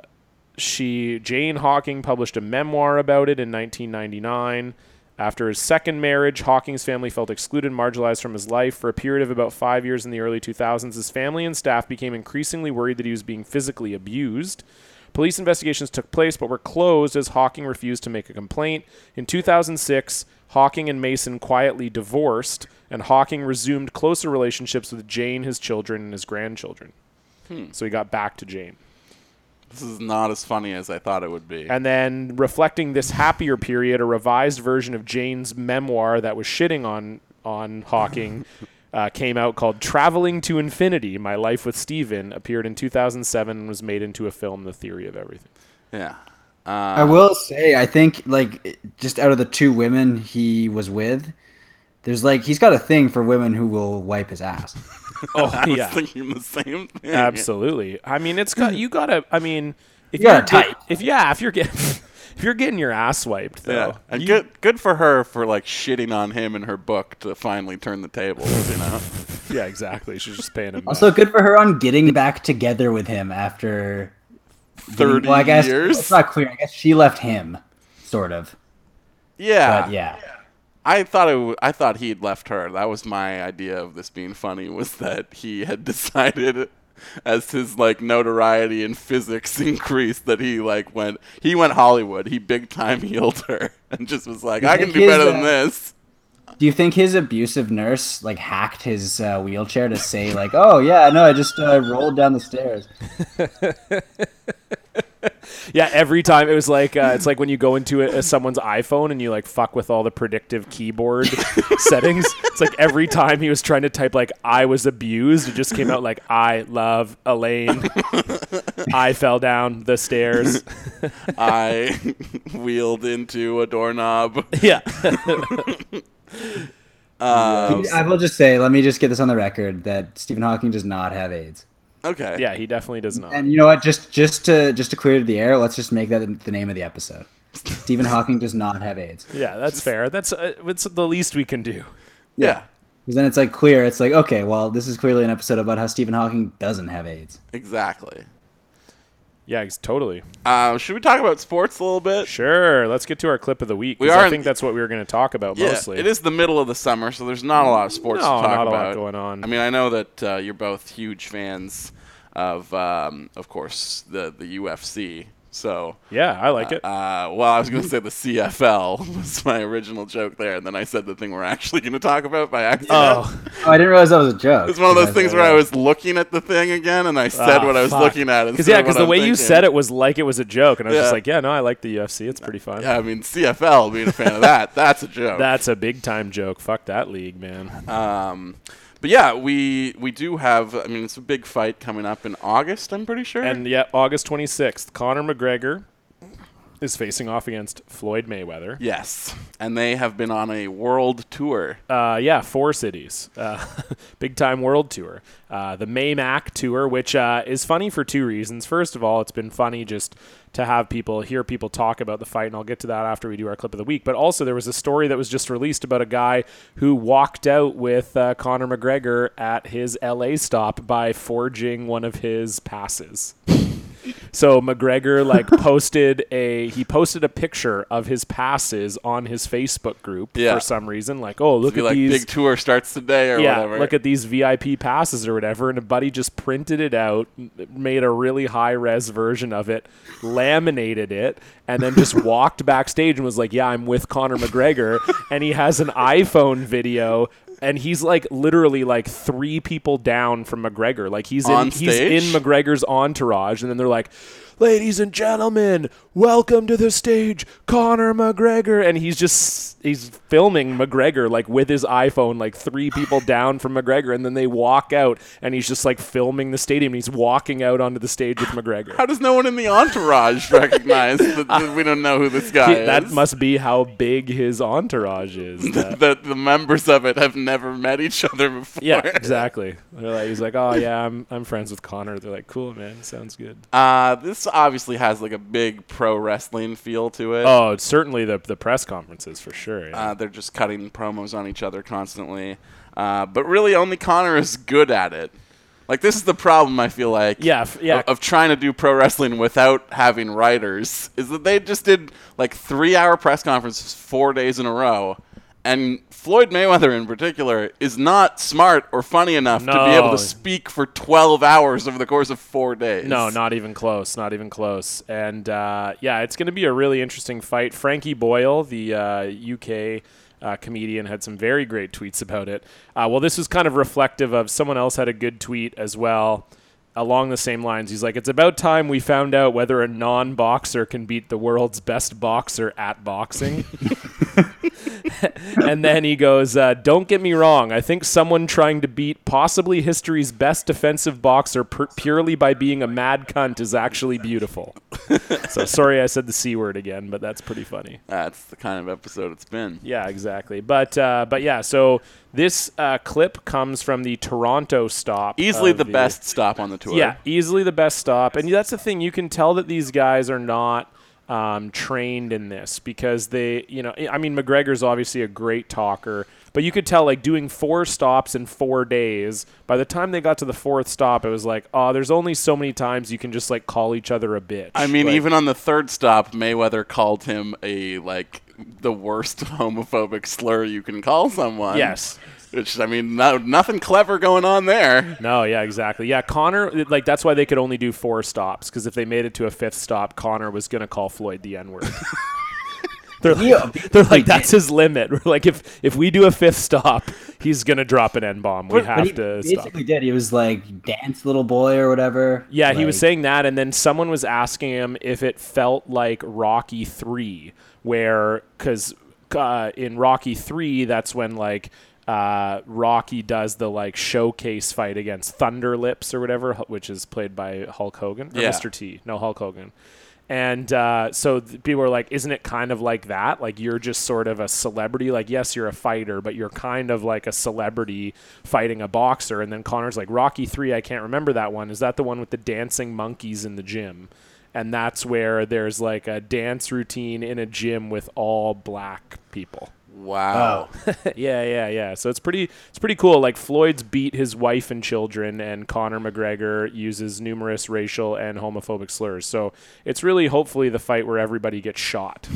she Jane Hawking published a memoir about it in 1999. After his second marriage, Hawking's family felt excluded and marginalized from his life. For a period of about five years in the early 2000s, his family and staff became increasingly worried that he was being physically abused. Police investigations took place but were closed as Hawking refused to make a complaint. In 2006, Hawking and Mason quietly divorced, and Hawking resumed closer relationships with Jane, his children, and his grandchildren. So he got back to Jane.
This is not as funny as I thought it would be.
And then reflecting this happier period, a revised version of Jane's memoir that was shitting on on Hawking uh, came out called "Traveling to Infinity: My Life with Steven, appeared in 2007 and was made into a film, The Theory of Everything.
yeah.
I will say, I think like it- just out of the two women he was with, there's like he's got a thing for women who will wipe his ass.
Oh
I was
yeah,
thinking the same thing.
absolutely. I mean, it's got you gotta. I mean, if
You gotta
you're get-
type.
If yeah, if you're getting if you're getting your ass wiped though.
Yeah, and good good for her for like shitting on him in her book to finally turn the tables. You know,
Yeah, exactly. She's just paying him.
Also, good for her on getting back together with him after
thirty
Well, I guess
years.
it's not clear. I guess she left him, sort
Ah.
of.
yeah,
But yeah,
I thought it. W- I thought he'd left her. That was my idea of this being funny. Was that he had decided, as his like notoriety in physics increased, that he like went he went Hollywood. He big time healed her and just was like, I can
think
do
his,
better than
uh,
this.
do you think his abusive nurse like hacked his uh, wheelchair to say like, "Oh yeah, no, I just uh, rolled down the stairs."
Yeah, every time it was like uh, it's like when you go into a, someone's iPhone and you like fuck with all the predictive keyboard settings. It's like every time he was trying to type like I was abused, it just came out like I love Elaine. I fell down the stairs.
I wheeled into a doorknob.
yeah.
I will just say, let me just get this on the record that Stephen Hawking does not have AIDS.
Okay.
Yeah, he definitely does not.
And you know what? Just just to just to clear the air, let's just make that the name of the episode. Stephen Hawking does not have AIDS.
Yeah, that's fair. That's uh, it's the least we can do.
Yeah.
Because then it's like clear. It's like okay, well, this is clearly an episode about how Stephen Hawking doesn't have AIDS.
Exactly.
Yeah, ex- totally.
Uh, should we talk about sports a little bit?
Sure. Let's get to our clip of the week.
We
'cause
are
I
in-
think that's what we were going to talk about
Yeah,
mostly.
it is the middle of the summer, so there's not a lot of sports
No,
to talk
not a lot
about.
going on.
I mean, I know that uh, you're both huge fans of, um, of course, the the UFC. So,
Yeah, I like it.
uh, well, I was going to say the CFL was my original joke there, and then I said the thing we're actually going to talk about by accident.
oh,
Oh, I didn't realize that was a joke. uh,
It's one of those things where I was looking at the thing again, and I said
Ah,
what I was
fuck.
looking at.
Because yeah, because the way you said it was like it was a joke, and I was
Yeah.
just like, yeah, no, I like the UFC. It's pretty fun.
I mean, CFL being a fan of that, that's a joke.
That's a big time joke. Fuck that league, man.
Um, but yeah, we we do have. I mean, it's a big fight coming up in August. I'm pretty sure.
and yeah, August 26th, Conor McGregor is facing off against Floyd Mayweather.
yes, and they have been on a world tour.
Uh, yeah, four cities, uh, big time world tour, uh, the Maymac tour, which uh, is funny for two reasons. First of all, it's been funny just to have people hear people talk about the fight, and I'll get to that after we do our clip of the week. But also, there was a story that was just released about a guy who walked out with uh, Conor McGregor at his LA stop by forging one of his passes. So McGregor like posted a he posted a picture of his passes on his Facebook group
Yeah.
for some reason. Like, oh look
Be
at
like
these
big tour starts today or
yeah,
whatever.
look at these VIP passes or whatever. And a buddy just printed it out, m- made a really high res version of it, laminated it, and then just walked backstage and was like, "Yeah, I'm with Conor McGregor," and he has an iPhone video. And he's like literally like three people down from McGregor. Like he's in
On
he's
stage?
in McGregor's entourage, and then they're like, "Ladies and gentlemen, welcome to the stage, Conor McGregor." And he's just he's filming McGregor like with his iPhone, like three people down from McGregor, and then they walk out, and he's just like filming the stadium. And he's walking out onto the stage with McGregor.
How does no one in the entourage recognize that, that we don't know who this guy
He- that
is?
must be how big his entourage is. that-
that the members of it have never met each other before.
yeah, exactly. They're like, he's like, oh yeah, I'm I'm friends with Connor. They're like, cool man, sounds good.
Uh, this obviously has like a big pro wrestling feel to it.
Oh, certainly the the press conferences for sure. yeah.
Uh, they're just cutting promos on each other constantly. Uh, but really, only Connor is good at it. Like this is the problem I feel like.
Yeah, f- yeah.
Of, of trying to do pro wrestling without having writers is that they just did like three-hour press conferences four days in a row. And Floyd Mayweather, in particular, is not smart or funny enough to be able
No.
to speak for 12 hours over the course of four days.
No, not even close. Not even close. And uh, yeah, it's going to be a really interesting fight. Frankie Boyle, the uh, UK uh, comedian, had some very great tweets about it. Uh, well, this was kind of reflective of someone else had a good tweet as well. along the same lines. He's like, it's about time we found out whether a non boxer can beat the world's best boxer at boxing. and then he goes, uh, Don't get me wrong. I think someone trying to beat possibly history's best defensive boxer pur- purely by being a mad cunt is actually beautiful. so sorry I said the C word again, but that's pretty funny.
That's the kind of episode it's been.
Yeah, exactly. But uh, but yeah, so this uh, clip comes from the Toronto stop.
Easily
of
the best stop on the tour.
Yeah, easily the best stop. And that's the thing. You can tell that these guys are not um, trained in this because they, you know, I mean, McGregor's obviously a great talker, but you could tell, like, doing four stops in four days, by the time they got to the fourth stop, it was like, oh, there's only so many times you can just, like, call each other a bitch.
I mean,
Like,
even on the third stop, Mayweather called him a like the worst homophobic slur you can call someone.
Yes.
Which I mean, no, nothing clever going on there.
No, yeah, exactly. Yeah, Connor, like, that's why they could only do four stops because if they made it to a fifth stop, Connor was going to call Floyd the N word. They're like,
uh,
they're like that's his limit. We're like, if if we do a fifth stop, he's gonna drop an n bomb. We
But
have
he
to
basically
stop.
did. He was like dance little boy or whatever.
Yeah, he was
Like,
saying that, and then someone was asking him if it felt like Rocky Three, where because uh, in Rocky Three, that's when like uh, Rocky does the like showcase fight against Thunder Lips or whatever, hu- which is played by Hulk Hogan or
Yeah.
Mr. T. No, Hulk Hogan. And uh, so th- people are like, isn't it kind of like that? Like you're just sort of a celebrity. Like yes, you're a fighter, but you're kind of like a celebrity fighting a boxer. And then Connor's like, Rocky three, I can't remember that one. Is that the one with the dancing monkeys in the gym? And that's where there's like a dance routine in a gym with all black people.
Wow.
yeah, yeah, yeah. So it's pretty it's pretty cool. Like Floyd's beat his wife and children and Conor McGregor uses numerous racial and homophobic slurs. So it's really hopefully the fight where everybody gets shot.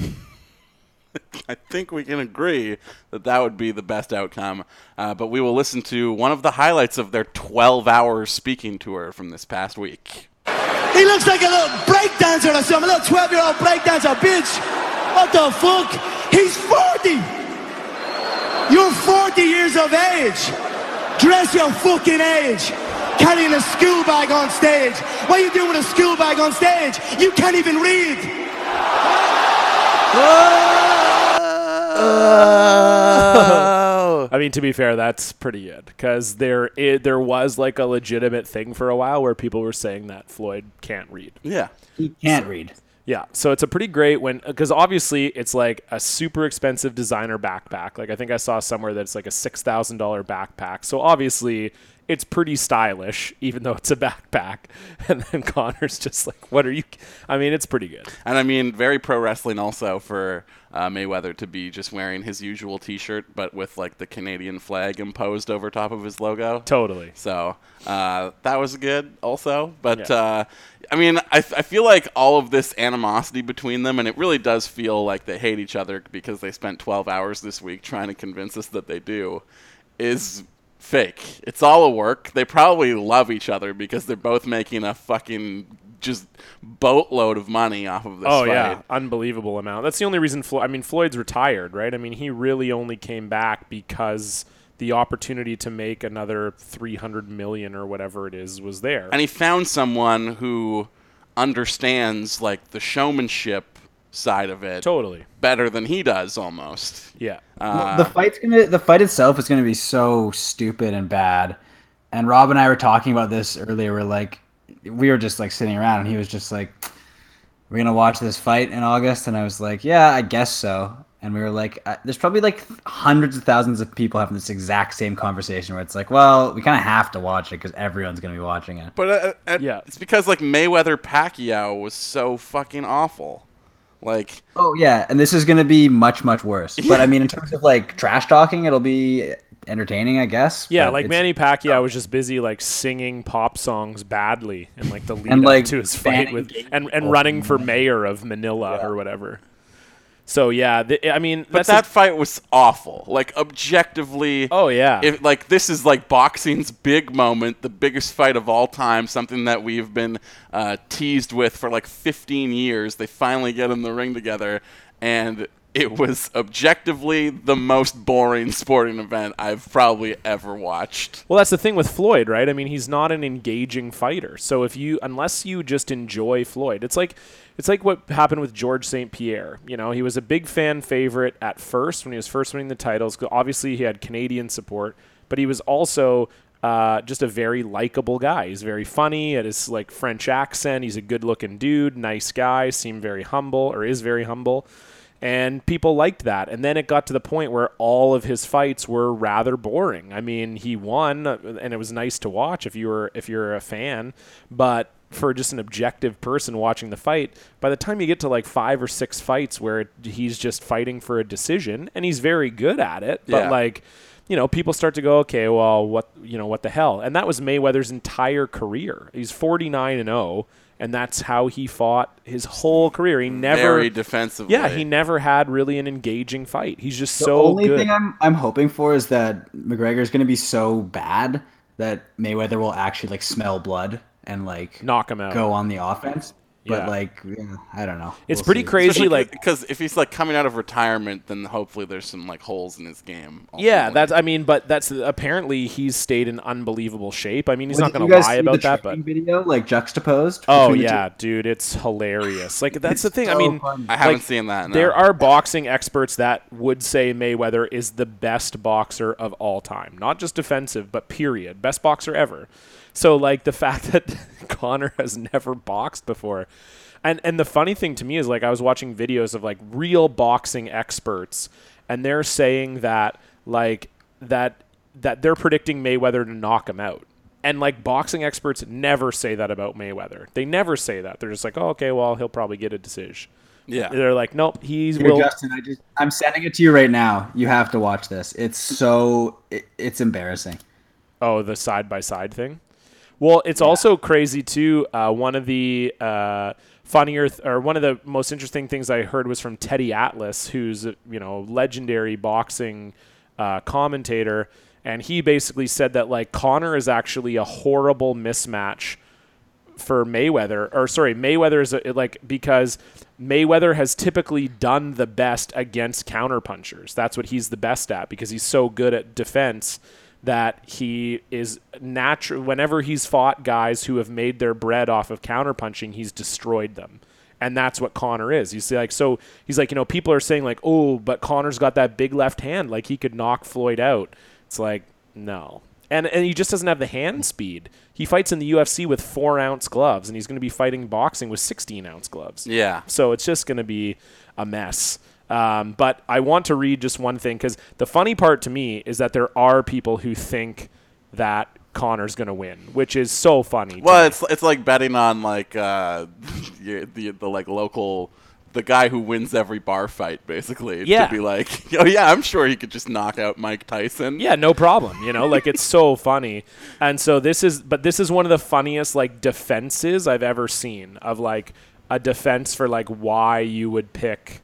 I think we can agree that that would be the best outcome. Uh, but we will listen to one of the highlights of their 12-hour speaking tour from this past week.
He looks like a little breakdancer or something, a little 12 year old breakdancer, bitch. What the fuck? He's 40. You're 40 years of age. Dress your fucking age. Carrying a school bag on stage. What are you doing with a school bag on stage? You can't even read.
I mean, to be fair, that's pretty good because there i there was like a legitimate thing for a while where people were saying that Floyd can't read.
Yeah.
he can't read.
Yeah, so it's a pretty great when because obviously it's like a super expensive designer backpack. Like I think I saw somewhere that it's like a six thousand dollar backpack. So obviously it's pretty stylish, even though it's a backpack. And then Connor's just like, "What are you?" I mean, it's pretty good.
And I mean, very pro wrestling also for uh, Mayweather to be just wearing his usual T-shirt, but with like the Canadian flag imposed over top of his logo.
Totally.
So uh, that was good, also. But
Yeah.
uh, I mean, I, I feel like all of this animosity between them, and it really does feel like they hate each other because they spent 12 hours this week trying to convince us that they do, is fake. It's all a work. They probably love each other because they're both making a fucking just boatload of money off of this
Oh
fight.
yeah, unbelievable amount. That's the only reason. Flo- I mean, Floyd's retired, right? I mean, he really only came back because the opportunity to make another three hundred million or whatever it is was there.
and he found someone who understands like the showmanship side of it
totally.
better than he does almost
Yeah. Uh,
the fight's gonna the fight itself is gonna be so stupid and bad. And Rob and I were talking about this earlier. We're like, we were just like sitting around, and he was just like, "We're gonna watch this fight in August," and I was like, "Yeah, I guess so." And we were like, uh, "There's probably like hundreds of thousands of people having this exact same conversation where it's like, well, we kind of have to watch it because everyone's gonna be watching it."
But uh, uh,
Yeah.
it's because like Mayweather Pacquiao was so fucking awful. Like
Oh yeah, and this is gonna be much much worse. But I mean, in terms of like trash talking, it'll be entertaining, I guess.
Yeah,
but
like
it's-
Manny Pacquiao was just busy like singing pop songs badly and like the lead
And,
up
like,
to his fight
banning
with
gay
and, and running for mayor of Manila or whatever. So yeah, the, I mean
but
that's
that
a-
fight was awful. Like objectively
oh yeah.
if like this is like boxing's big moment, the biggest fight of all time, something that we've been uh, teased with for like 15 years. They finally get in the ring together, and It was objectively the most boring sporting event I've probably ever watched.
Well, that's the thing with Floyd, right? I mean, he's not an engaging fighter. So if you, unless you just enjoy Floyd, it's like, it's like what happened with George St. Pierre. You know, he was a big fan favorite at first when he was first winning the titles. Obviously, he had Canadian support, but he was also uh, just a very likable guy. He's very funny at his like French accent. He's a good-looking dude, nice guy, seemed very humble or is very humble and people liked that. And then it got to the point where all of his fights were rather boring. I mean, he won, uh, and it was nice to watch if you were if you're a fan, but for just an objective person watching the fight, by the time you get to like five or six fights where it, he's just fighting for a decision, and he's very good at it, but
Yeah.
like. You know, people start to go, okay, well, what, you know, what the hell? And that was Mayweather's entire career. He's 49 and 0, and that's how he fought his whole career. He never
Very defensively.
yeah, he never had really an engaging fight. He's just
The
so
only
good.
thing I'm I'm hoping for is that McGregor is going to be so bad that Mayweather will actually like smell blood and like
Knock him out.
go on the offense. But
Yeah.
like, yeah, I don't know.
It's
We'll
pretty
see.
crazy. Like,
because if he's like coming out of retirement, then hopefully there's some like holes in his game.
yeah,
ultimately.
that's. I mean, but that's apparently he's stayed in unbelievable shape. I mean, he's
Well,
not
did
going
you
to
guys
lie
see the
about that, but
training video like juxtaposed.
oh
between the two?
yeah, dude, it's hilarious. Like that's the thing. I
so
mean,
funny.
I haven't
like,
seen that. No.
There are boxing experts that would say Mayweather is the best boxer of all time, not just defensive, but period, best boxer ever. So like the fact that Connor has never boxed before. And and the funny thing to me is like I was watching videos of like real boxing experts and they're saying that like that that they're predicting Mayweather to knock him out. And like boxing experts never say that about Mayweather. They never say that. They're just like, "Oh, okay, well, he'll probably get a decision."
Yeah.
They're like, nope, he's
Here,
will.
Justin, I just I'm sending it to you right now. You have to watch this. It's so it, it's embarrassing.
Oh, the side by side thing. Well, it's also crazy too. Uh, one of the uh, funnier th- or one of the most interesting things I heard was from Teddy Atlas, who's a, you know legendary boxing uh, commentator, and he basically said that like Connor is actually a horrible mismatch for Mayweather, or sorry, Mayweather is a, like because Mayweather has typically done the best against counterpunchers. That's what he's the best at because he's so good at defense that he is natural. Whenever he's fought guys who have made their bread off of counterpunching, he's destroyed them. And that's what Connor is. You see, like, so he's like, you know, people are saying, like, oh, but Connor's got that big left hand. Like, he could knock Floyd out. It's like, no. And, and he just doesn't have the hand speed. He fights in the UFC with four ounce gloves, and he's going to be fighting boxing with 16 ounce gloves.
Yeah.
So it's just going to be a mess. Um, but I want to read just one thing because the funny part to me is that there are people who think that Connor's going to win, which is so funny. to
Well,
me.
it's it's like betting on like uh, your, the the like local the guy who wins every bar fight basically
Yeah.
to be like, oh yeah, I'm sure he could just knock out Mike Tyson.
Yeah, no problem. You know, like it's so funny. And so this is, but this is one of the funniest like defenses I've ever seen of like a defense for like why you would pick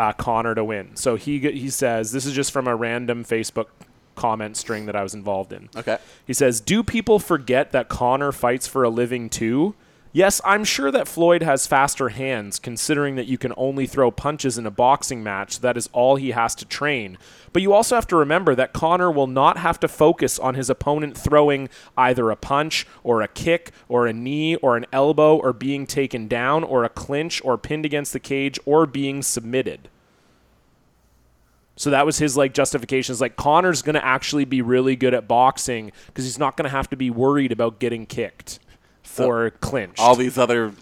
uh, Connor to win. So he g- he says this is just from a random Facebook comment string that I was involved in.
Okay.
He says, "Do people forget that Connor fights for a living too?" Yes, I'm sure that Floyd has faster hands, considering that you can only throw punches in a boxing match. That is all he has to train. But you also have to remember that Connor will not have to focus on his opponent throwing either a punch or a kick or a knee or an elbow or being taken down or a clinch or pinned against the cage or being submitted. So that was his like justifications. Like Connor's going to actually be really good at boxing because he's not going to have to be worried about getting kicked or clinched.
All these other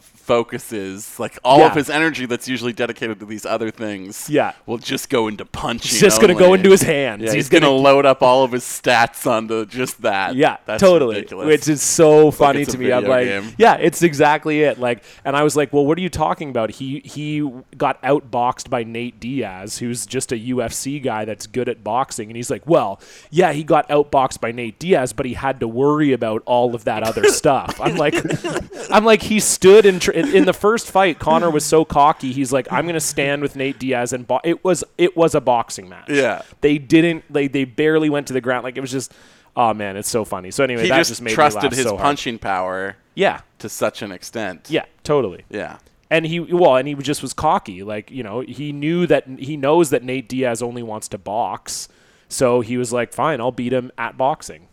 focuses, like all
Yeah.
of his energy that's usually dedicated to these other things,
Yeah.
will just go into punching.
it's just going to go
only.
into his hands.
Yeah, he's, gonna, load up all of his stats onto just that.
Yeah,
That's
totally.
ridiculous.
Which is so funny
it's a
to me. I'm
video
like,
game.
yeah, it's exactly it. Like, and I was like, well, what are you talking about? He he got outboxed by Nate Diaz, who's just a UFC guy that's good at boxing, and he's like, well, yeah, he got outboxed by Nate Diaz, but he had to worry about all of that other stuff. I'm like, I'm like, he stood in tr- in in the first fight. Connor was so cocky. He's like, I'm gonna stand with Nate Diaz, and bo-. it was it was a boxing match.
Yeah.
they didn't. They they barely went to the ground. Like it was just. Oh man, it's so funny. So anyway,
he
that
just,
just made me
trusted
laugh
his
so hard.
punching power
Yeah,
to such an extent.
yeah, totally.
Yeah.
and he well, and he just was cocky. Like you know, he knew that he knows that Nate Diaz only wants to box, so he was like, "Fine, I'll beat him at boxing,"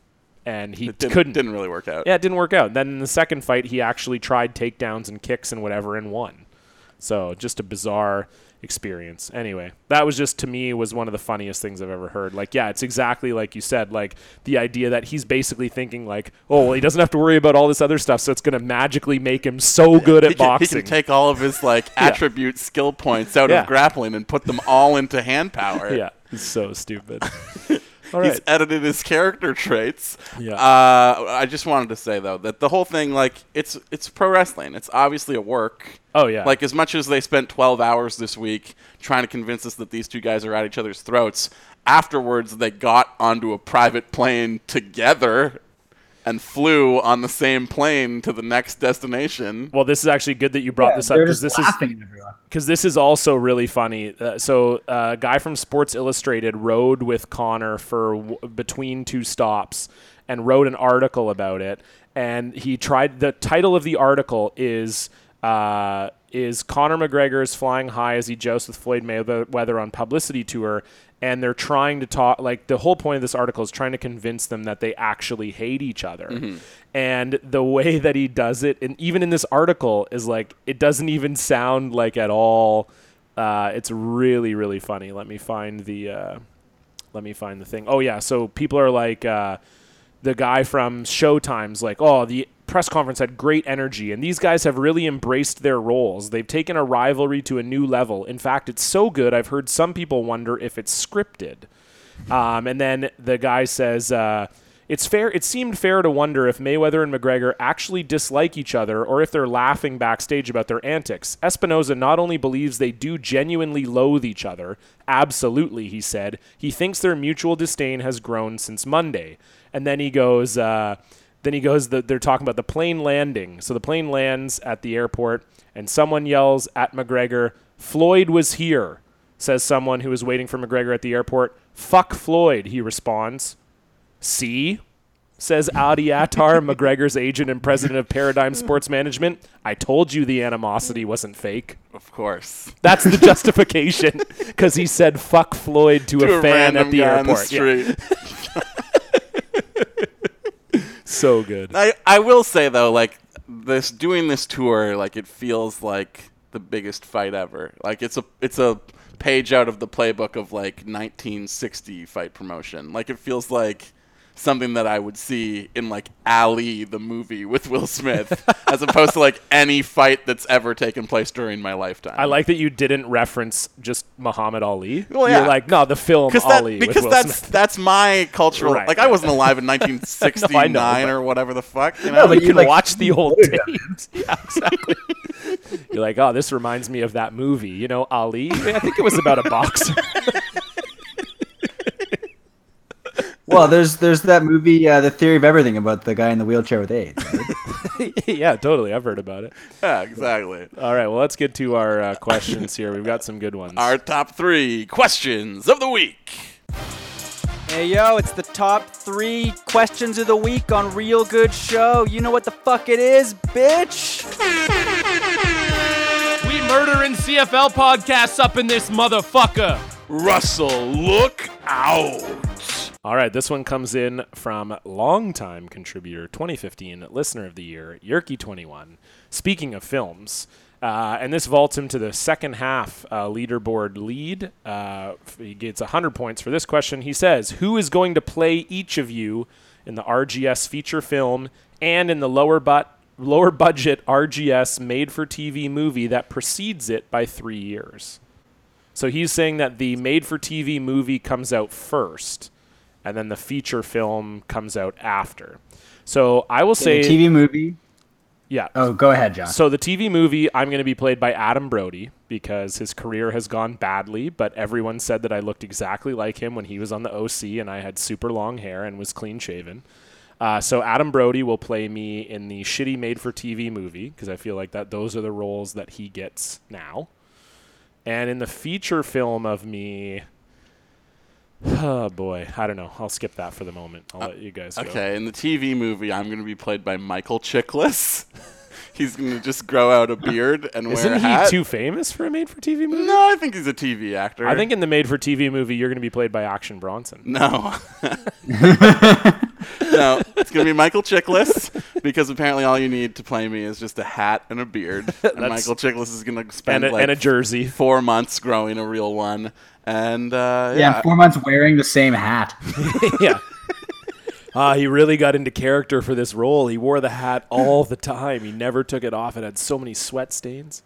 and he
It didn't,
couldn't.
didn't really work out.
Yeah, it didn't work out. Then in the second fight, he actually tried takedowns and kicks and whatever and won. So just a bizarre experience. Anyway, that was just to me was one of the funniest things I've ever heard. Like, yeah, it's exactly like you said. Like the idea that he's basically thinking like, oh, well, he doesn't have to worry about all this other stuff, so it's gonna magically make him so good at
he can,
boxing.
He can take all of his like attribute skill points out
Yeah.
of grappling and put them all into hand power.
yeah, it's so stupid. all
He's
right.
edited his character traits.
Yeah.
Uh, I just wanted to say though that the whole thing, like, it's it's pro wrestling. It's obviously a work.
Oh, yeah.
Like as much as they spent 12 hours this week trying to convince us that these two guys are at each other's throats, afterwards they got onto a private plane together and flew on the same plane to the next destination.
well, this is actually good that you brought this up
They're
because
just
this is
laughing at everyone.
because this is also really funny. Uh, so, uh, a guy from Sports Illustrated rode with Connor for w- between two stops and wrote an article about it. And he tried. The title of the article is uh, is Connor McGregor is flying high as he jousts with Floyd Mayweather on publicity tour, and they're trying to talk. Like the whole point of this article is trying to convince them that they actually hate each other. And the way that he does it, and even in this article, is like it doesn't even sound like at all. Uh, it's really really funny. Let me find the. Uh, let me find the thing. Oh yeah, so people are like uh, the guy from Showtime's like, oh, the press conference had great energy, and these guys have really embraced their roles. They've taken a rivalry to a new level. In fact, it's so good. I've heard some people wonder if it's scripted. Um, and then the guy says, uh, "It's fair. It seemed fair to wonder if Mayweather and McGregor actually dislike each other, or if they're laughing backstage about their antics." Espinoza not only believes they do genuinely loathe each other, absolutely, he said. He thinks their mutual disdain has grown since Monday. And then he goes. Uh, then he goes. The, they're talking about the plane landing. So the plane lands at the airport, and someone yells at McGregor, "Floyd was here." says someone who is waiting for McGregor at the airport. Fuck Floyd, he responds. See? Says Adi Attar, McGregor's agent and president of Paradigm Sports Management. I told you the animosity wasn't fake.
Of course.
That's the justification because he said fuck Floyd to, a, fan at
random
the
guy
airport.
on the
Yeah,
street.
so good.
I, I will say though, like this doing this tour, like it feels like the biggest fight ever. Like it's a it's a page out of the playbook of like 1960 fight promotion. Like it feels like something that I would see in like Ali the movie with Will Smith, as opposed to like any fight that's ever taken place during my lifetime.
I like that you didn't reference just Muhammad Ali.
Well, yeah.
You're like, no, the film
because that
Ali. with
because
Will
that's
Smith."
that's my cultural.
Right,
like I
right.
wasn't alive in 1969 or whatever the fuck. You know?
but
you
you,
can
like,
watch the old tapes. Yeah, exactly. You're like, oh, this reminds me of that movie. You know, Ali. I think it was about a boxer.
Well, there's there's that movie, uh, The Theory of Everything, about the guy in the wheelchair with AIDS. right?
yeah, totally. I've heard about it.
yeah, exactly.
All right, well, let's get to our uh, questions here. We've got some good ones.
Our top three questions of the week.
Hey yo, it's the top three questions of the week on Real Good Show. You know what the fuck it is, bitch?
We murdering CFL podcasts up in this motherfucker.
Russell, look out.
All right, this one comes in from longtime contributor, 2015 listener of the year, Yerky21. Speaking of films, uh, and this vaults him to the second half uh, leaderboard lead. Uh, f- he gets 100 points for this question. He says, Who is going to play each of you in the RGS feature film and in the lower, but- lower budget RGS made for TV movie that precedes it by three years? So he's saying that the made for TV movie comes out first, and then the feature film comes out after. So I will say,
The TV movie.
yeah.
Oh, go ahead, John.
So the TV movie, I'm going to be played by Adam Brody because his career has gone badly, but everyone said that I looked exactly like him when he was on the OC and I had super long hair and was clean shaven. Uh, so Adam Brody will play me in the shitty made for TV movie because I feel like that those are the roles that he gets now. And in the feature film of me, oh boy, I don't know. I'll skip that for the moment. I'll let you guys go.
Okay, in the TV movie, I'm going to be played by Michael Chiklis. he's gonna just grow out a beard and wear
Isn't
a
he
hat.
too famous for a made-for-TV movie?
no, I think he's a TV actor.
I think in the made-for-TV movie, you're going to be played by Action Bronson.
No. no, it's going to be Michael Chiklis because apparently all you need to play me is just a hat and a beard. And Michael Chiklis is going to spend
And a,
like
and a jersey.
four months growing a real one. And uh,
Yeah,
yeah,
four months wearing the same hat.
yeah. Ah, he really got into character for this role. He wore the hat all the time. He never took it off. It had so many sweat stains.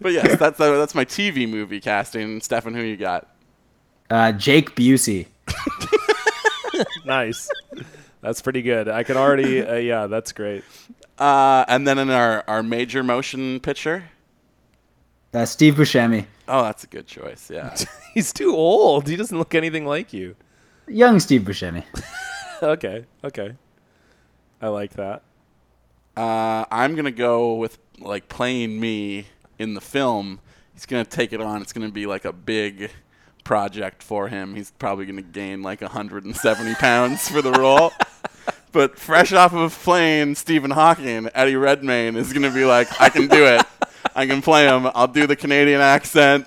but yes, that's uh, that's my TV movie casting. Stefan, who you got?
Uh, Jake Busey.
Nice. That's pretty good. I can already, uh, yeah, that's great.
Uh, and then in our, our major motion picture.
Uh, Steve Buscemi.
Oh, that's a good choice. Yeah.
He's too old. He doesn't look anything like you.
Young Steve Buscemi.
Okay, okay. I like that.
Uh, I'm gonna go with like playing me in the film. He's gonna take it on. It's gonna be like a big project for him. He's probably gonna gain like 170 pounds for the role. But fresh off of playing Stephen Hawking, Eddie Redmayne is gonna be like, I can do it. I can play him. I'll do the Canadian accent.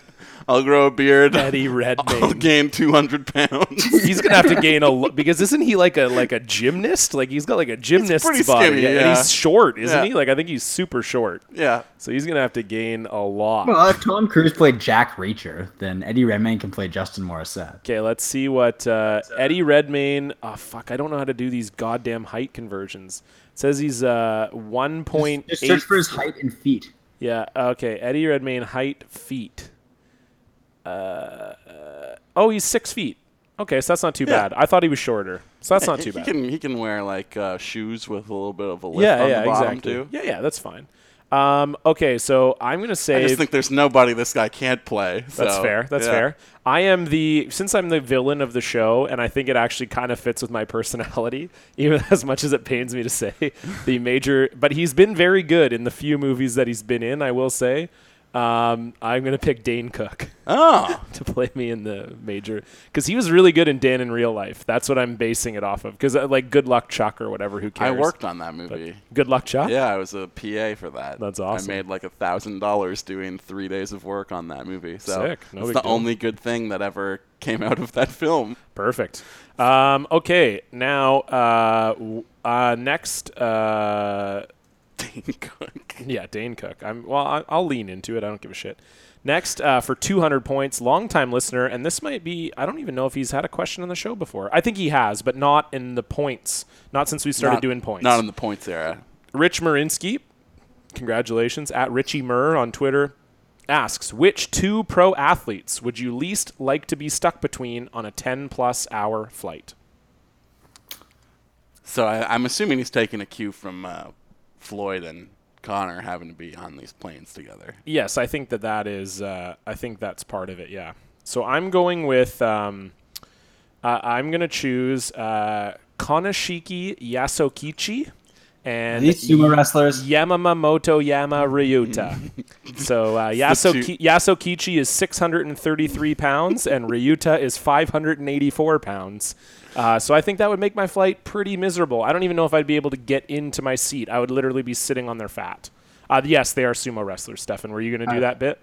I'll grow a beard.
Eddie
I'll
Redmayne.
gain 200 pounds.
He's gonna have to gain a lo- because isn't he like a like a gymnast? Like he's got like a gymnast
pretty
body,
skinny,
and
yeah.
he's short, isn't
Yeah.
he? Like I think he's super short,
yeah.
so he's gonna have to gain a lot.
Well, if Tom Cruise played Jack Reacher, then Eddie Redmayne can play Justin Morissette.
Okay, let's see what uh, Eddie Redmayne. Oh fuck, I don't know how to do these goddamn height conversions. It says he's uh one point
Just search
eight.
for his height and feet.
Yeah, okay. Eddie Redmayne height feet. Uh, oh, he's six feet. Okay, so that's not too
Yeah.
bad. I thought he was shorter, so that's not
He-
too bad.
He can he can wear like uh, shoes with a little bit of a lift
yeah,
on
yeah,
the bottom
exactly.
too.
Yeah, yeah, that's fine. Um, okay, so I'm gonna
I
say
just think there's nobody this guy can't play.
That's
so,
fair. That's
yeah.
fair. I am the since I'm the villain of the show, and I think it actually kind of fits with my personality, even as much as it pains me to say the major. But he's been very good in the few movies that he's been in. I will say, um, I'm going to pick Dane Cook
Oh,
to play me in the major because he was really good in Dan in real life. That's what I'm basing it off of. Because uh, like Good Luck Chuck or whatever, who
I
cares?
worked on that movie.
Good Luck Chuck.
yeah, I was a PA for that.
That's awesome.
I made like a thousand dollars doing three days of work on that movie. So
Sick. No
it's
big
the
deal.
only good thing that ever came out of that film.
Perfect. Um, okay, now uh, w- uh, next. Uh,
Dane Cook.
Yeah, Dane Cook. I'm well. I, I'll lean into it. I don't give a shit. Next, uh, for 200 points, longtime listener, and this might be. I don't even know if he's had a question on the show before. I think he has, but not in the points. Not since we started
Not-
doing points.
Not in the points era.
Rich Marinsky, congratulations at Richie Murr on Twitter, asks which two pro athletes would you least like to be stuck between on a 10 plus hour flight?
So I, I'm assuming he's taking a cue from uh, Floyd and Connor having to be on these planes together.
Yes, I think that that is. Uh, I think that's part of it. Yeah. So I'm going with. Um, uh, I'm going to choose uh, Konashiki Yasukichi and
These sumo wrestlers.
Yamamoto Yama Ryuta. so uh, Yasuki- Yasukichi is 633 pounds and Ryuta is 584 pounds. Uh, so I think that would make my flight pretty miserable. I don't even know if I'd be able to get into my seat. I would literally be sitting on their fat. Uh, yes, they are sumo wrestlers, Stefan. Were you going to do that bit?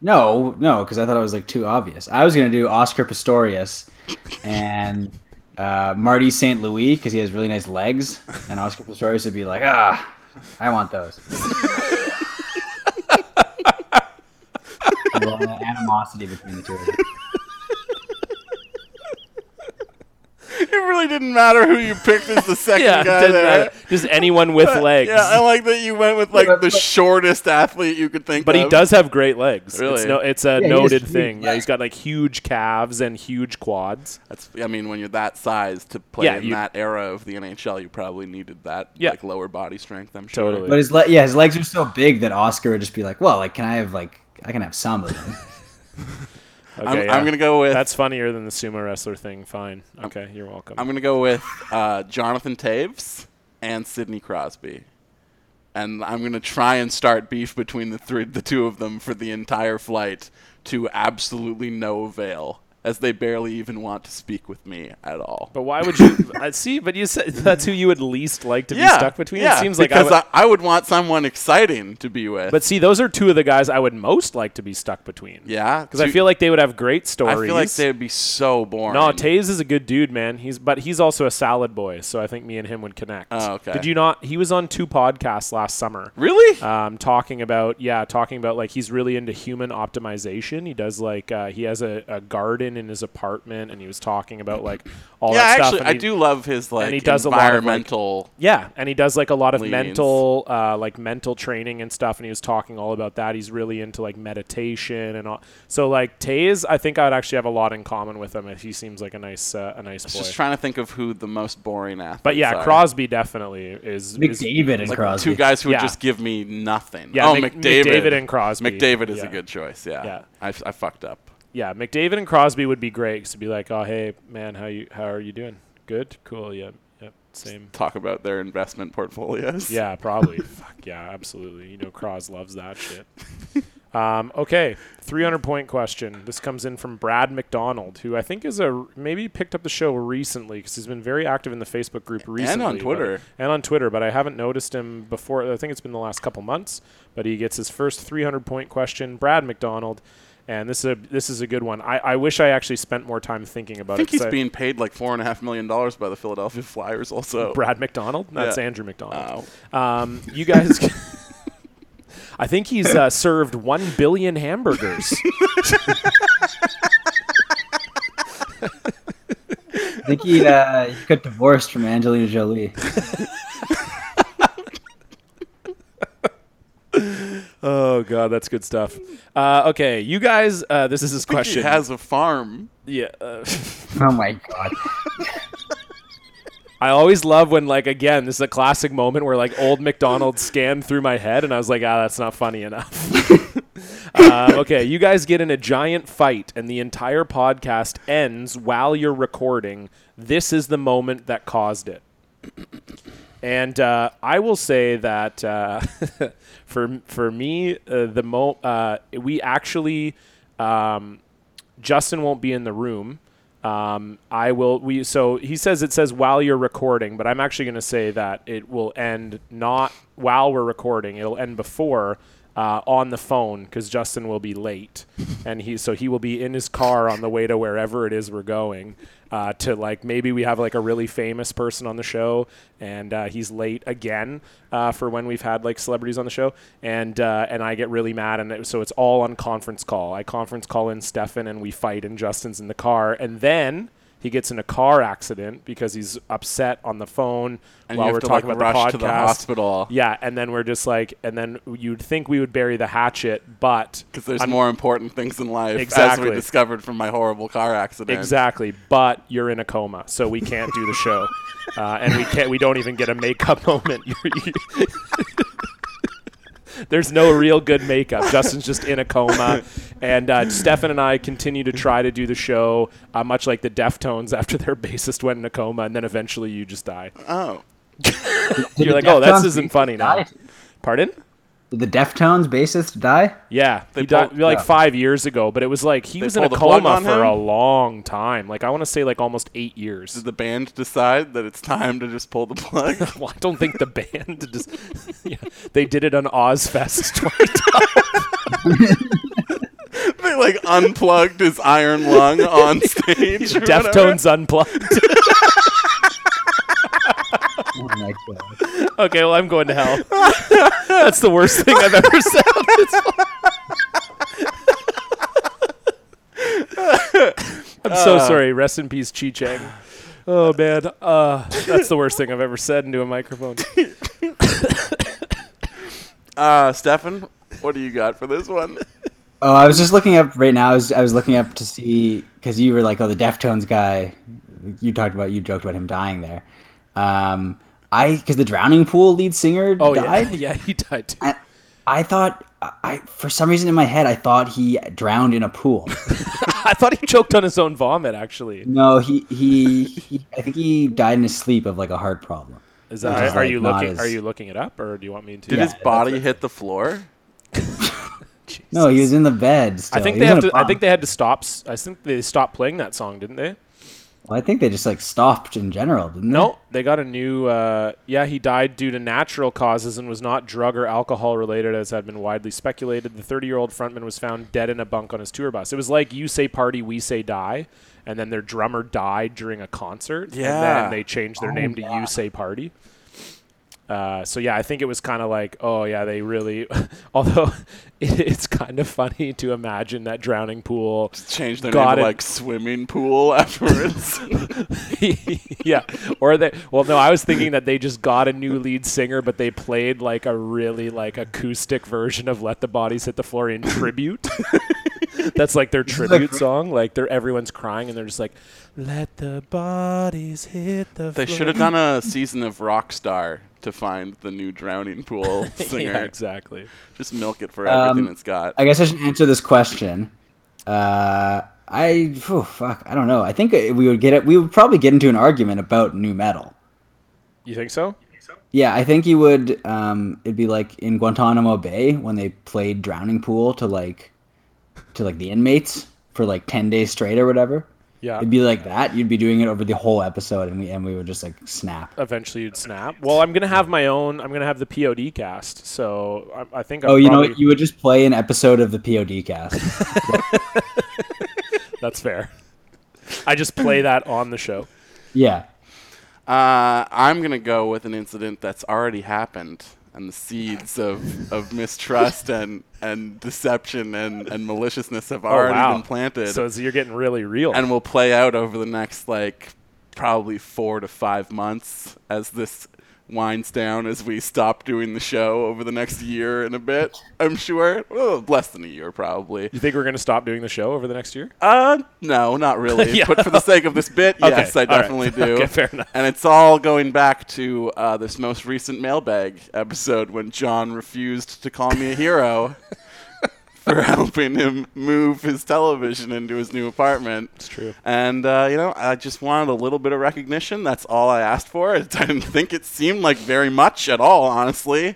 No, no, because I thought it was like too obvious. I was gonna do Oscar Pistorius and uh, Marty St. Louis because he has really nice legs, and Oscar Pistorius would be like, ah, I want those. A lot of animosity between the two of them.
It really didn't matter who you picked as the second guy
doesn't
there.
matter. Just anyone with legs.
Yeah, I like that you went with like the shortest athlete you could think
But
of.
he does have great legs. It's,
Really?
no, it's a
he has
noted
huge
thing. Yeah, he's got like huge calves and huge quads.
That's, I mean, when you're that size to play
Yeah,
in
you-
that era of the NHL, you probably needed that
Yeah.
like lower body strength. I'm sure.
Totally.
But his le- yeah, his legs are so big that Oscar would just be like, well, like, can I have like, I can have some of them.
Okay,
I'm,
yeah.
I'm gonna go with.
That's funnier than the sumo wrestler thing. Fine.
Um,
Okay, you're welcome.
I'm gonna go with uh, Jonathan Taves and Sidney Crosby, and I'm gonna try and start beef between the three, the two of them for the entire flight to absolutely no avail. as they barely even want to speak with me at all.
But why would you I see? But you said that's who you would least like to be stuck between.
yeah,
it seems like I
because
would-
I, I would want someone exciting to be with.
but see, those are two of the guys I would most like to be stuck between.
yeah,
because I
two-
feel like they would have great stories.
I feel like they would be so boring.
No, Taze is a good dude, man. He's but he's also a salad boy, so I think me and him would connect.
Oh, okay.
Did you not? He was on two podcasts last summer.
really?
Um, talking about yeah, talking about like he's really into human optimization. He does like uh, he has a, a garden in his apartment, and he was talking about like all
yeah,
that stuff.
actually,
and
I
he-
do love his like
he does a lot of, like-
environmental.
Yeah, and he does like a lot of
Leanings.
mental, uh, like mental training and stuff. And he was talking all about that. He's really into like meditation and all. So like Taze, I think I would actually have a lot in common with him. If he seems like a nice, uh, a nice boy.
Just trying to think of who the most boring athlete.
but yeah,
are.
Crosby definitely is. is
McDavid and
Like
Crosby.
two guys who
Yeah.
would just give me nothing.
Yeah,
oh,
Mc-
McDavid.
McDavid and Crosby.
McDavid is
Yeah.
a good choice. Yeah,
Yeah.
I, I fucked up.
yeah, McDavid and Crosby would be great 'cause to be like, oh hey man, how you how are you doing? Good, cool, yeah, yep, same.
Talk about their investment portfolios.
Yeah, probably. Fuck yeah, absolutely. You know, Cross loves that shit. Um, okay, 300 point question. This comes in from Brad McDonald, who I think is a maybe picked up the show recently because he's been very active in the Facebook group recently but-
Twitter.
and on Twitter. But I haven't noticed him before. I think it's been the last couple months. But he gets his first 300 point question. Brad McDonald. And this is a this is a good one. I, I wish I actually spent more time thinking about
I think
it. 'cause
he's being paid like four and a half million dollars by the Philadelphia Flyers. Also,
Brad McDonald. That's
Yeah. Oh.
Andrew McDonald. Um, you guys, I think he's uh, served one billion hamburgers.
I think he, uh, he got divorced from Angelina Jolie.
oh god, that's good stuff. Uh, okay, you guys, uh, this is
I
his
think
question.
he has a farm.
yeah, uh,
Oh my god.
I always love when like again, this is a classic moment where like old McDonald scanned through my head, and I was like, ah, that's not funny enough. uh, okay, you guys get in a giant fight, and the entire podcast ends while you're recording. This is the moment that caused it. And uh, I will say that uh, for for me, uh, the mo uh, we actually um, Justin won't be in the room. Um, I will we so he says it says while you're recording, but I'm actually going to say that it will end not while we're recording. It'll end before. Uh, on the phone because Justin will be late, and he so he will be in his car on the way to wherever it is we're going. Uh, to like maybe we have like a really famous person on the show, and uh, he's late again uh, for when we've had like celebrities on the show, and uh, and I get really mad, and it, so it's all on conference call. I conference call in Stefan, and we fight, and Justin's in the car, and then he gets in a car accident because he's upset on the phone
And you
while
have
we're
to,
talking
like,
about
rush
the
to
podcast.
the hospital.
Yeah, and then we're just like, and then you'd think we would bury the hatchet, but
Because there's
I'm-
more important things in life, as
Exactly.
we discovered from my horrible car accident.
Exactly, but you're in a coma, so we can't do the show, uh, and we can't. We don't even get a makeup moment. You're- you- There's no real good makeup. Justin's just in a coma, and uh, Stefan and I continue to try to do the show, uh, much like the Deftones after their bassist went in a coma, and then eventually you just die.
Oh,
You're like, oh, this isn't funny now. Pardon?
Did the Deftones bassist die?
Yeah,
They
he died
pulled-
like
yeah.
five years ago, but it was like he was in a
pulled the plug
coma
on
for
him?
a long time. Like I want to say like almost eight years.
did the band decide that it's time to just pull the plug?
Well, I don't think the band just. Yeah, they did it on Ozfest 2012.
they like unplugged his iron lung on stage. or whatever.
Deftones unplugged.
Oh my god.
Okay, well, I'm going to hell. That's the worst thing I've ever said. on this phone. I'm so sorry. Rest in peace, Chi Chang. Uh, Oh man, uh, that's the worst thing I've ever said into a microphone.
Uh, Stefan, what do you got for this one?
Oh, I was just looking up right now. I was, I was looking up to see because you were like, oh, the Deftones guy. You talked about you joked about him dying there. Um, I because the Drowning Pool lead singer
Oh
died.
yeah, yeah, he died. Too.
I, I thought I- I for some reason in my head I thought he drowned in a pool.
I thought he choked on his own vomit. Actually,
no, he, he he I think he died in his sleep of like a heart problem.
is
Which
that?
is,
Are
like,
you
not
looking?
as-
Are you looking it up, or do you want me to?
Did
Yeah,
his body hit the floor?
No, he was in the bed. Still.
I think
He
they
was in
have
a
to. I
bunk.
think they had to stop. s- I think they stopped playing that song, didn't they?
Well, I think they just like stopped in general, didn't they?
No, they got a new. Uh, yeah, he died due to natural causes and was not drug or alcohol related, as had been widely speculated. The 30 year old frontman was found dead in a bunk on his tour bus. It was like you say party, we say die, and then their drummer died during a concert. and
Yeah.
then they changed their name to you say party. Uh, so yeah, I think it was kind of like, oh yeah, they really. Although it, it's kind of funny to imagine that drowning pool
Change their
Got
name to
it.
like swimming pool afterwards.
yeah. Or they well no, I was thinking that they just got a new lead singer but they played like a really like acoustic version of Let the Bodies Hit the Floor in tribute. That's like their tribute song. Like they're everyone's crying and they're just like Let the bodies hit the
they
floor.
should have done a season of Rockstar to find the new drowning pool singer.
Yeah, exactly.
Just milk it for everything
Um,
it's got.
I guess I should answer this question. Uh, I phew, fuck, I don't know. I think we would get it. We would probably get into an argument about new metal.
You think so?
Yeah, I think you would. Um, it'd be like in Guantanamo Bay when they played Drowning Pool to like, to like the inmates for like ten days straight or whatever.
Yeah.
It'd be like that. You'd be doing it over the whole episode, and we and we would just like snap.
Eventually you'd snap. Well, I'm gonna have my own I'm gonna have the POD cast, so I, I think I'm
Oh, you know,
probably,
what? you would just play an episode of the POD cast.
that's fair. I just play that on the show.
yeah,
Uh, I'm gonna go with an incident that's already happened and the seeds of, of mistrust and, and deception and, and maliciousness have already
oh, wow.
been planted
So it's- you're getting really real.
and will play out over the next like probably four to five months as this winds down as we stop doing the show over the next year and a bit i'm sure well, less than a year probably
You think we're going to stop doing the show over the next year?
Uh, no, not really.
Yeah.
But for the sake of this bit,
Okay,
yes, I
all right.
definitely do.
Okay, fair enough.
And it's all going back to uh, this most recent mailbag episode when John refused to call me a hero for helping him move his television into his new apartment. It's
true.
And uh, you know, I just wanted a little bit of recognition. That's all I asked for. I didn't think it seemed like very much at all, honestly.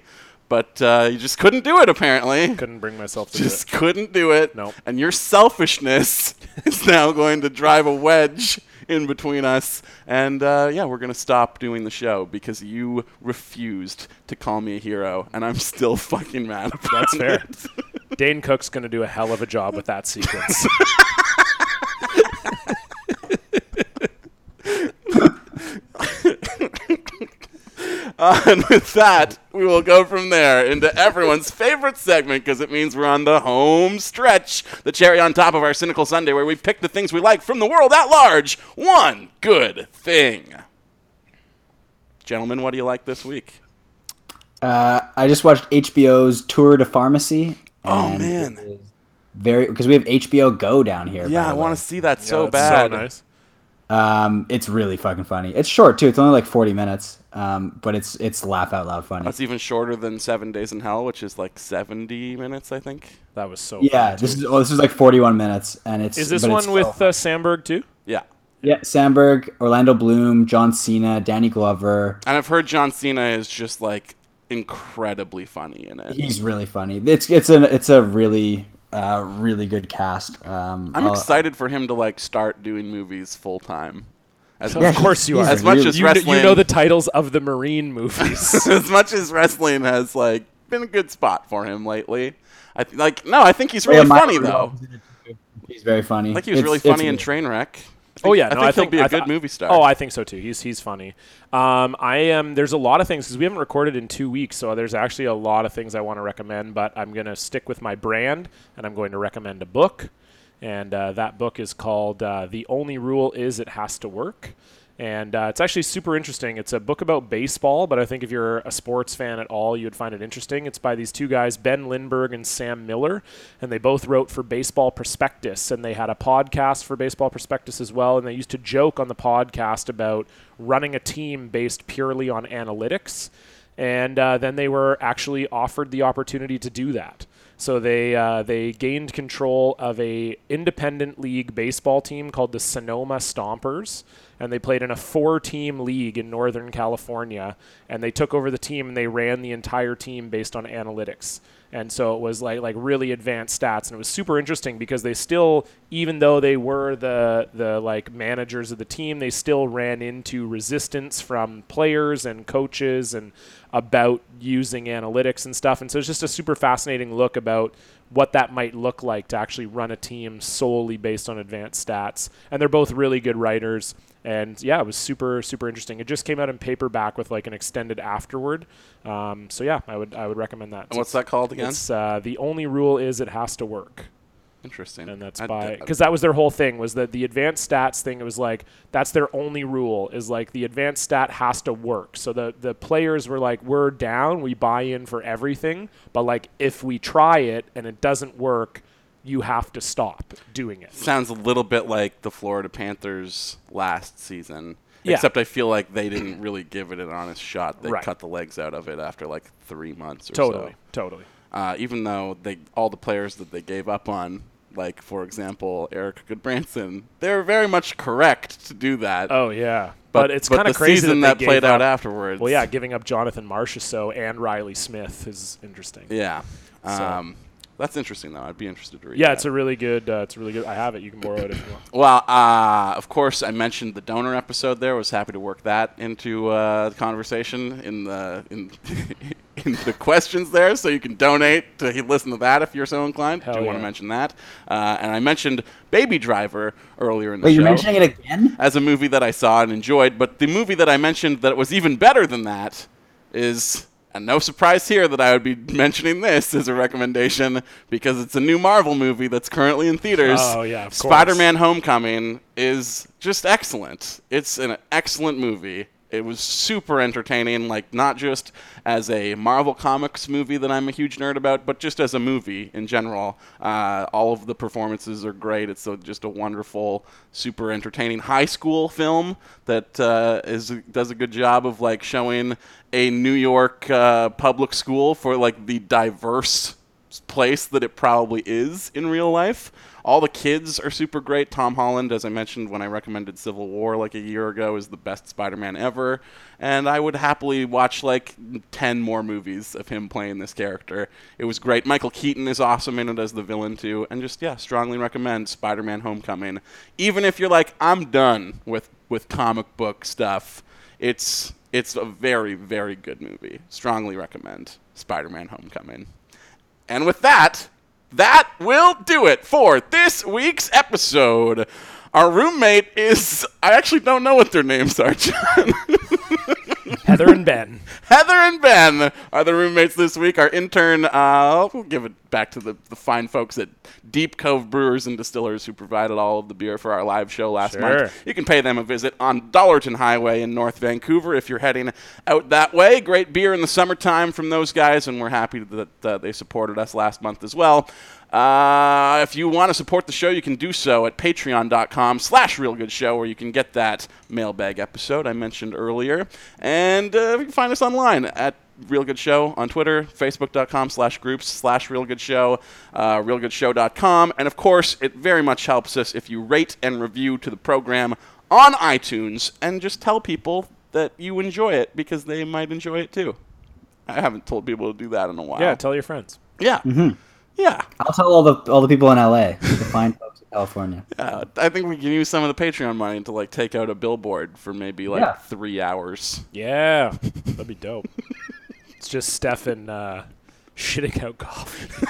But uh, you just couldn't do it, apparently
Couldn't bring myself to do
just couldn't do it.
Nope.
And your selfishness is now going to drive a wedge in between us. And uh, yeah, we're going to stop doing the show because you refused to call me a hero, and I'm still fucking mad about
That's
it.
fair. it. Dane Cook's going to do a hell of a job with that sequence.
Uh, and with that, we will go from there into everyone's favorite segment because it means we're on the home stretch, the cherry on top of our cynical Sunday, where we pick the things we like from the world at large. One good thing. Gentlemen, what do you like this week?
uh, I just watched HBO's Tour de Pharmacy.
Oh
and
man,
very because we have HBO Go down here.
yeah, I want to see that so bad.
So nice.
to. Um, it's really fucking funny. It's short too. It's only like forty minutes. Um, but it's it's laugh out loud funny.
That's even shorter than Seven Days in Hell, which is like seventy minutes, I think.
That was so.
yeah,
fun,
this
too.
is oh, this is like forty-one minutes, and it's
Is this
but it's
one with
so-
uh, Sandberg too?
Yeah,
yeah Sandberg, Orlando Bloom, John Cena, Danny Glover.
and I've heard John Cena is just like incredibly funny in it.
He's really funny. It's it's an it's a really uh really good cast. Um,
I'm
I'll-
excited for him to like start doing movies full time. As,
Yeah,
Of course you
he's
are.
as much
really-
as
You, kn-
wrestling,
you know the titles of the Marine movies.
as much as wrestling has like been a good spot for him lately. I th- like no, I think he's really
Yeah, Maya
funny
Rudolph
though.
is in it, too. He's very funny.
I think he was
It's-
really
it's
funny in
good.
Trainwreck.
oh
I
yeah, no,
think
I
he'll
think
be a
I th-
good movie star.
Oh, I think so too. He's he's funny. Um, I am. There's a lot of things because we haven't recorded in two weeks, so there's actually a lot of things I want to recommend. But I'm gonna stick with my brand, and I'm going to recommend a book, and uh, that book is called uh, "The Only Rule Is It Has to Work." And uh, it's actually super interesting. It's a book about baseball, but I think if you're a sports fan at all, you'd find it interesting. It's by these two guys, Ben Lindbergh and Sam Miller, and they both wrote for Baseball Prospectus, and they had a podcast for Baseball Prospectus as well. And they used to joke on the podcast about running a team based purely on analytics and uh, then they were actually offered the opportunity to do that. So they uh, they gained control of a independent league baseball team called the Sonoma Stompers, and they played in a four-team league in Northern California, and they took over the team and they ran the entire team based on analytics. And so it was like like really advanced stats, and it was super interesting because they still, even though they were the the like managers of the team, they still ran into resistance from players and coaches and about using analytics and stuff. And so it's just a super fascinating look about what that might look like to actually run a team solely based on advanced stats. And they're both really good writers. And yeah, it was super super interesting. It just came out in paperback with like an extended afterward. Um, so yeah, I would I would recommend that.
And what's that called again?
It's uh, the only rule is it has to work
Interesting.
and that's
I-
by
I-
because that was their whole thing was that the advanced stats thing it was like that's their only rule is like the advanced stat has to work so the the players were like we're down we buy in for everything but like if we try it and it doesn't work you have to stop doing it
sounds a little bit like the Florida Panthers last season.
Yeah.
Except I feel like they didn't really give it an honest shot. They
Right.
cut the legs out of it after like three months or
totally
so.
totally
Uh, even though they all the players that they gave up on, like for example Eric Goodbranson, they're very much correct to do that.
oh yeah but, it's kind of
the
crazy
season
that,
that,
they
played
gave
out
up-
afterwards.
well yeah giving up jonathan marchessault and riley smith is interesting
yeah.
So-
Um, that's interesting though. I'd be interested to read.
yeah
that.
it's a really good uh, it's a really good i have it you can borrow it if you want
Well, uh, of course, I mentioned the donor episode. There was happy to work that into uh, the conversation in the in, in the questions there, so you can donate to listen to that if you're so inclined.
Hell
Do you want to
yeah.
mention that? Uh, and I mentioned Baby Driver earlier in the
Wait,
show
you're mentioning it again?
as a movie that I saw and enjoyed. But the movie that I mentioned that was even better than that is, and no surprise here that I would be mentioning this as a recommendation because it's a new Marvel movie that's currently in theaters.
Oh, yeah, of course.
Spider-Man: Homecoming is just excellent. It's an excellent movie. It was super entertaining, like not just as a Marvel Comics movie that I'm a huge nerd about, but just as a movie in general. Uh, all of the performances are great. It's a, just a wonderful, super entertaining high school film that uh, is does a good job of like showing a New York uh, public school for like the diverse place that it probably is in real life. All the kids are super great. Tom Holland, as I mentioned when I recommended Civil War like a year ago, is the best Spider-Man ever, and I would happily watch like 10 more movies of him playing this character. It was great. Michael Keaton is awesome in it as the villain too, and just yeah, strongly recommend Spider-Man: Homecoming. Even if you're like I'm done with with comic book stuff, it's it's a very very good movie. Strongly recommend Spider-Man: Homecoming. And with that, that will do it for this week's episode. Our roommate is, I actually don't know what their names are, John.
heather and ben
Heather and Ben are the roommates this week. Our intern, uh, we'll give it back to the, the fine folks at Deep Cove Brewers and Distillers who provided all of the beer for our live show last
Sure.
month. You can pay them a visit on Dollarton Highway in North Vancouver if you're heading out that way. Great beer in the summertime from those guys, and we're happy that uh, they supported us last month as well. Uh, if you want to support the show, you can do so at patreon.com slash realgoodshow, where you can get that mailbag episode I mentioned earlier. And uh, you can find us online at Real Good Show on Twitter, facebook.com slash groups slash Real Good Show, uh, realgoodshow.com. And of course, it very much helps us if you rate and review to the program on iTunes and just tell people that you enjoy it because they might enjoy it too. I haven't told people to do that in a while.
yeah tell Mm-hmm. your friends
yeah. Yeah.
I'll tell all the all the people in LA, the fine folks in California.
Uh, I think we can use some of the Patreon money to like take out a billboard for maybe like
Yeah.
three hours.
Yeah, that'd be dope. it's just Stefan uh, shitting out coffee.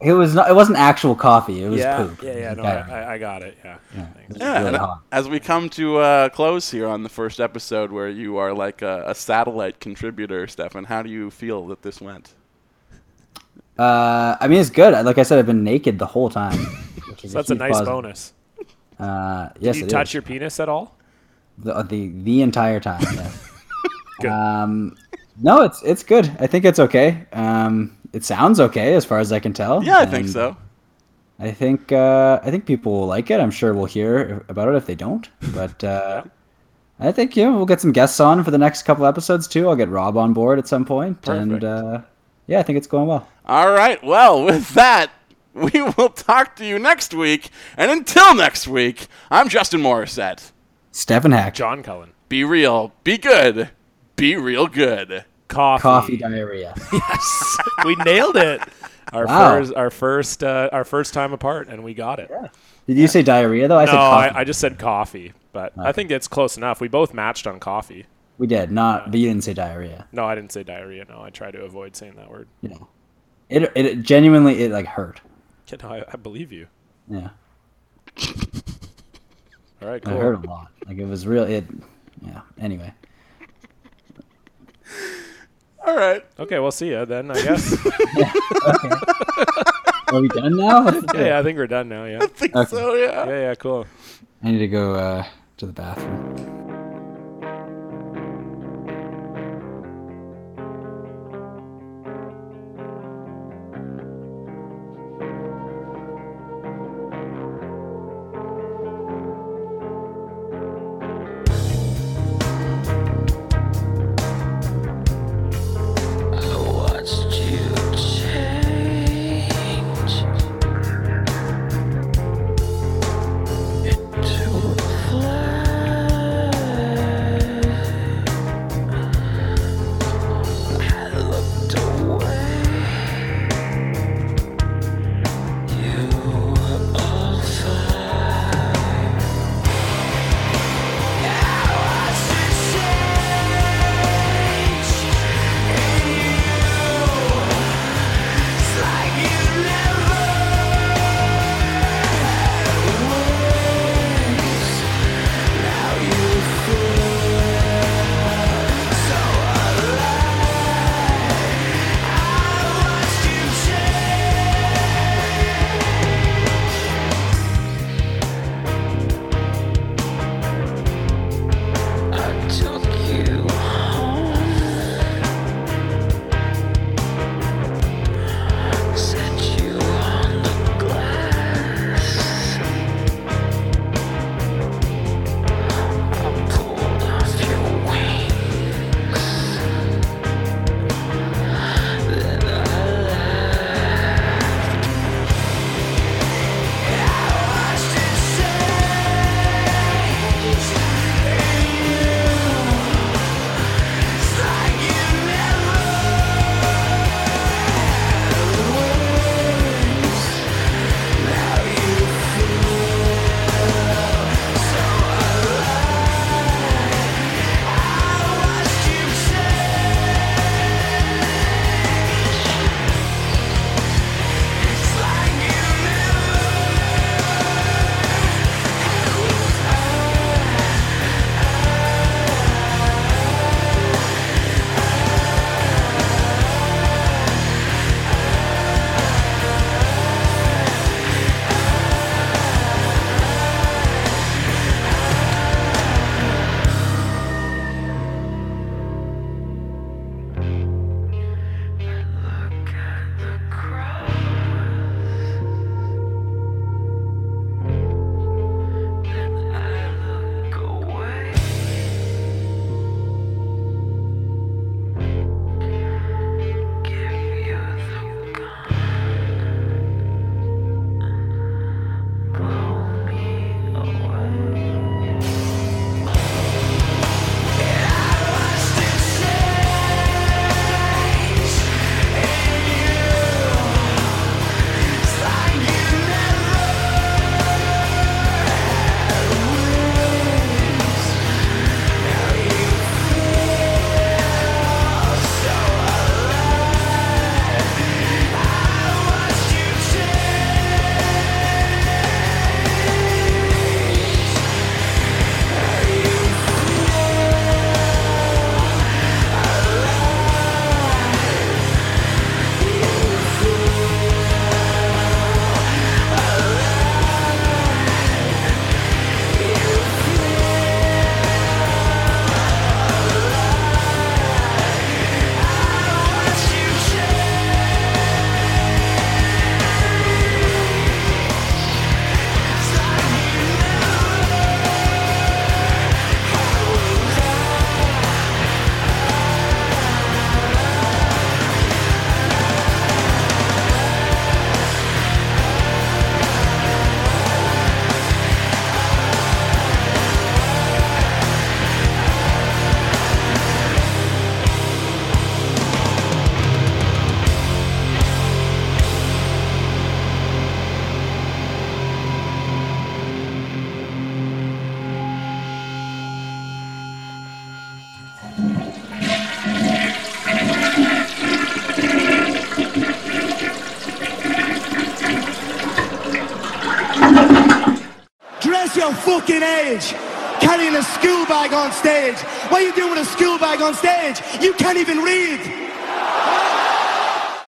It was not. It wasn't actual coffee. It was
yeah,
poop.
yeah, yeah. No,
Yeah.
I, I, I got it. Yeah. Thanks.
It was
Yeah,
really
and
hot.
as we come to uh, close here on the first episode, where you are like a, a satellite contributor, Stefan, how do you feel that this went?
Uh, I mean, it's good. Like I said, I've been naked the whole time. which is
That's a
huge
nice
positive.
bonus.
Uh, yes,
Do you
it
touch
is.
your penis at all?
the, uh, the the entire time. Yeah.
Good.
Um, no, it's it's good. I think it's okay. Um, it sounds okay as far as I can tell.
Yeah, I think
And
so.
I think uh, I think people will like it. I'm sure we'll hear about it if they don't. But uh, I think yeah, we'll get some guests on for the next couple episodes too. I'll get Rob on board at some point, and
Perfect.
uh, yeah, I think it's going well.
All right. Well, with that, We will talk to you next week. And until next week, I'm Justin Morissette.
Stefan Hack.
John Cullen.
Be real, be good, be real good.
Coffee.
Coffee diarrhea.
we nailed it. Our
Wow.
first, our first, uh, our first time apart, and we got it.
Did you say diarrhea though? I said
No,
coffee.
I, I just said coffee, but I think it's close enough. We both matched on coffee.
we did not, but you didn't say diarrhea.
No, I didn't say diarrhea. No, I try to avoid saying that word.
You know, it it genuinely it like hurt.
Yeah, no, I, I believe you.
Yeah,
All right,
I
cool.
hurt a lot. Like it was real. It. Yeah. Anyway.
All right.
Okay, we'll see you then. I guess.
Are we done now? What is
yeah,
it?
yeah, I think we're done now. Yeah.
I think so, yeah.
Yeah, yeah, cool.
I need to go uh, to the bathroom.
watched you change into a flower.
damn fucking age. Carrying a school bag on stage. What are you doing with a school bag on stage? You can't even read.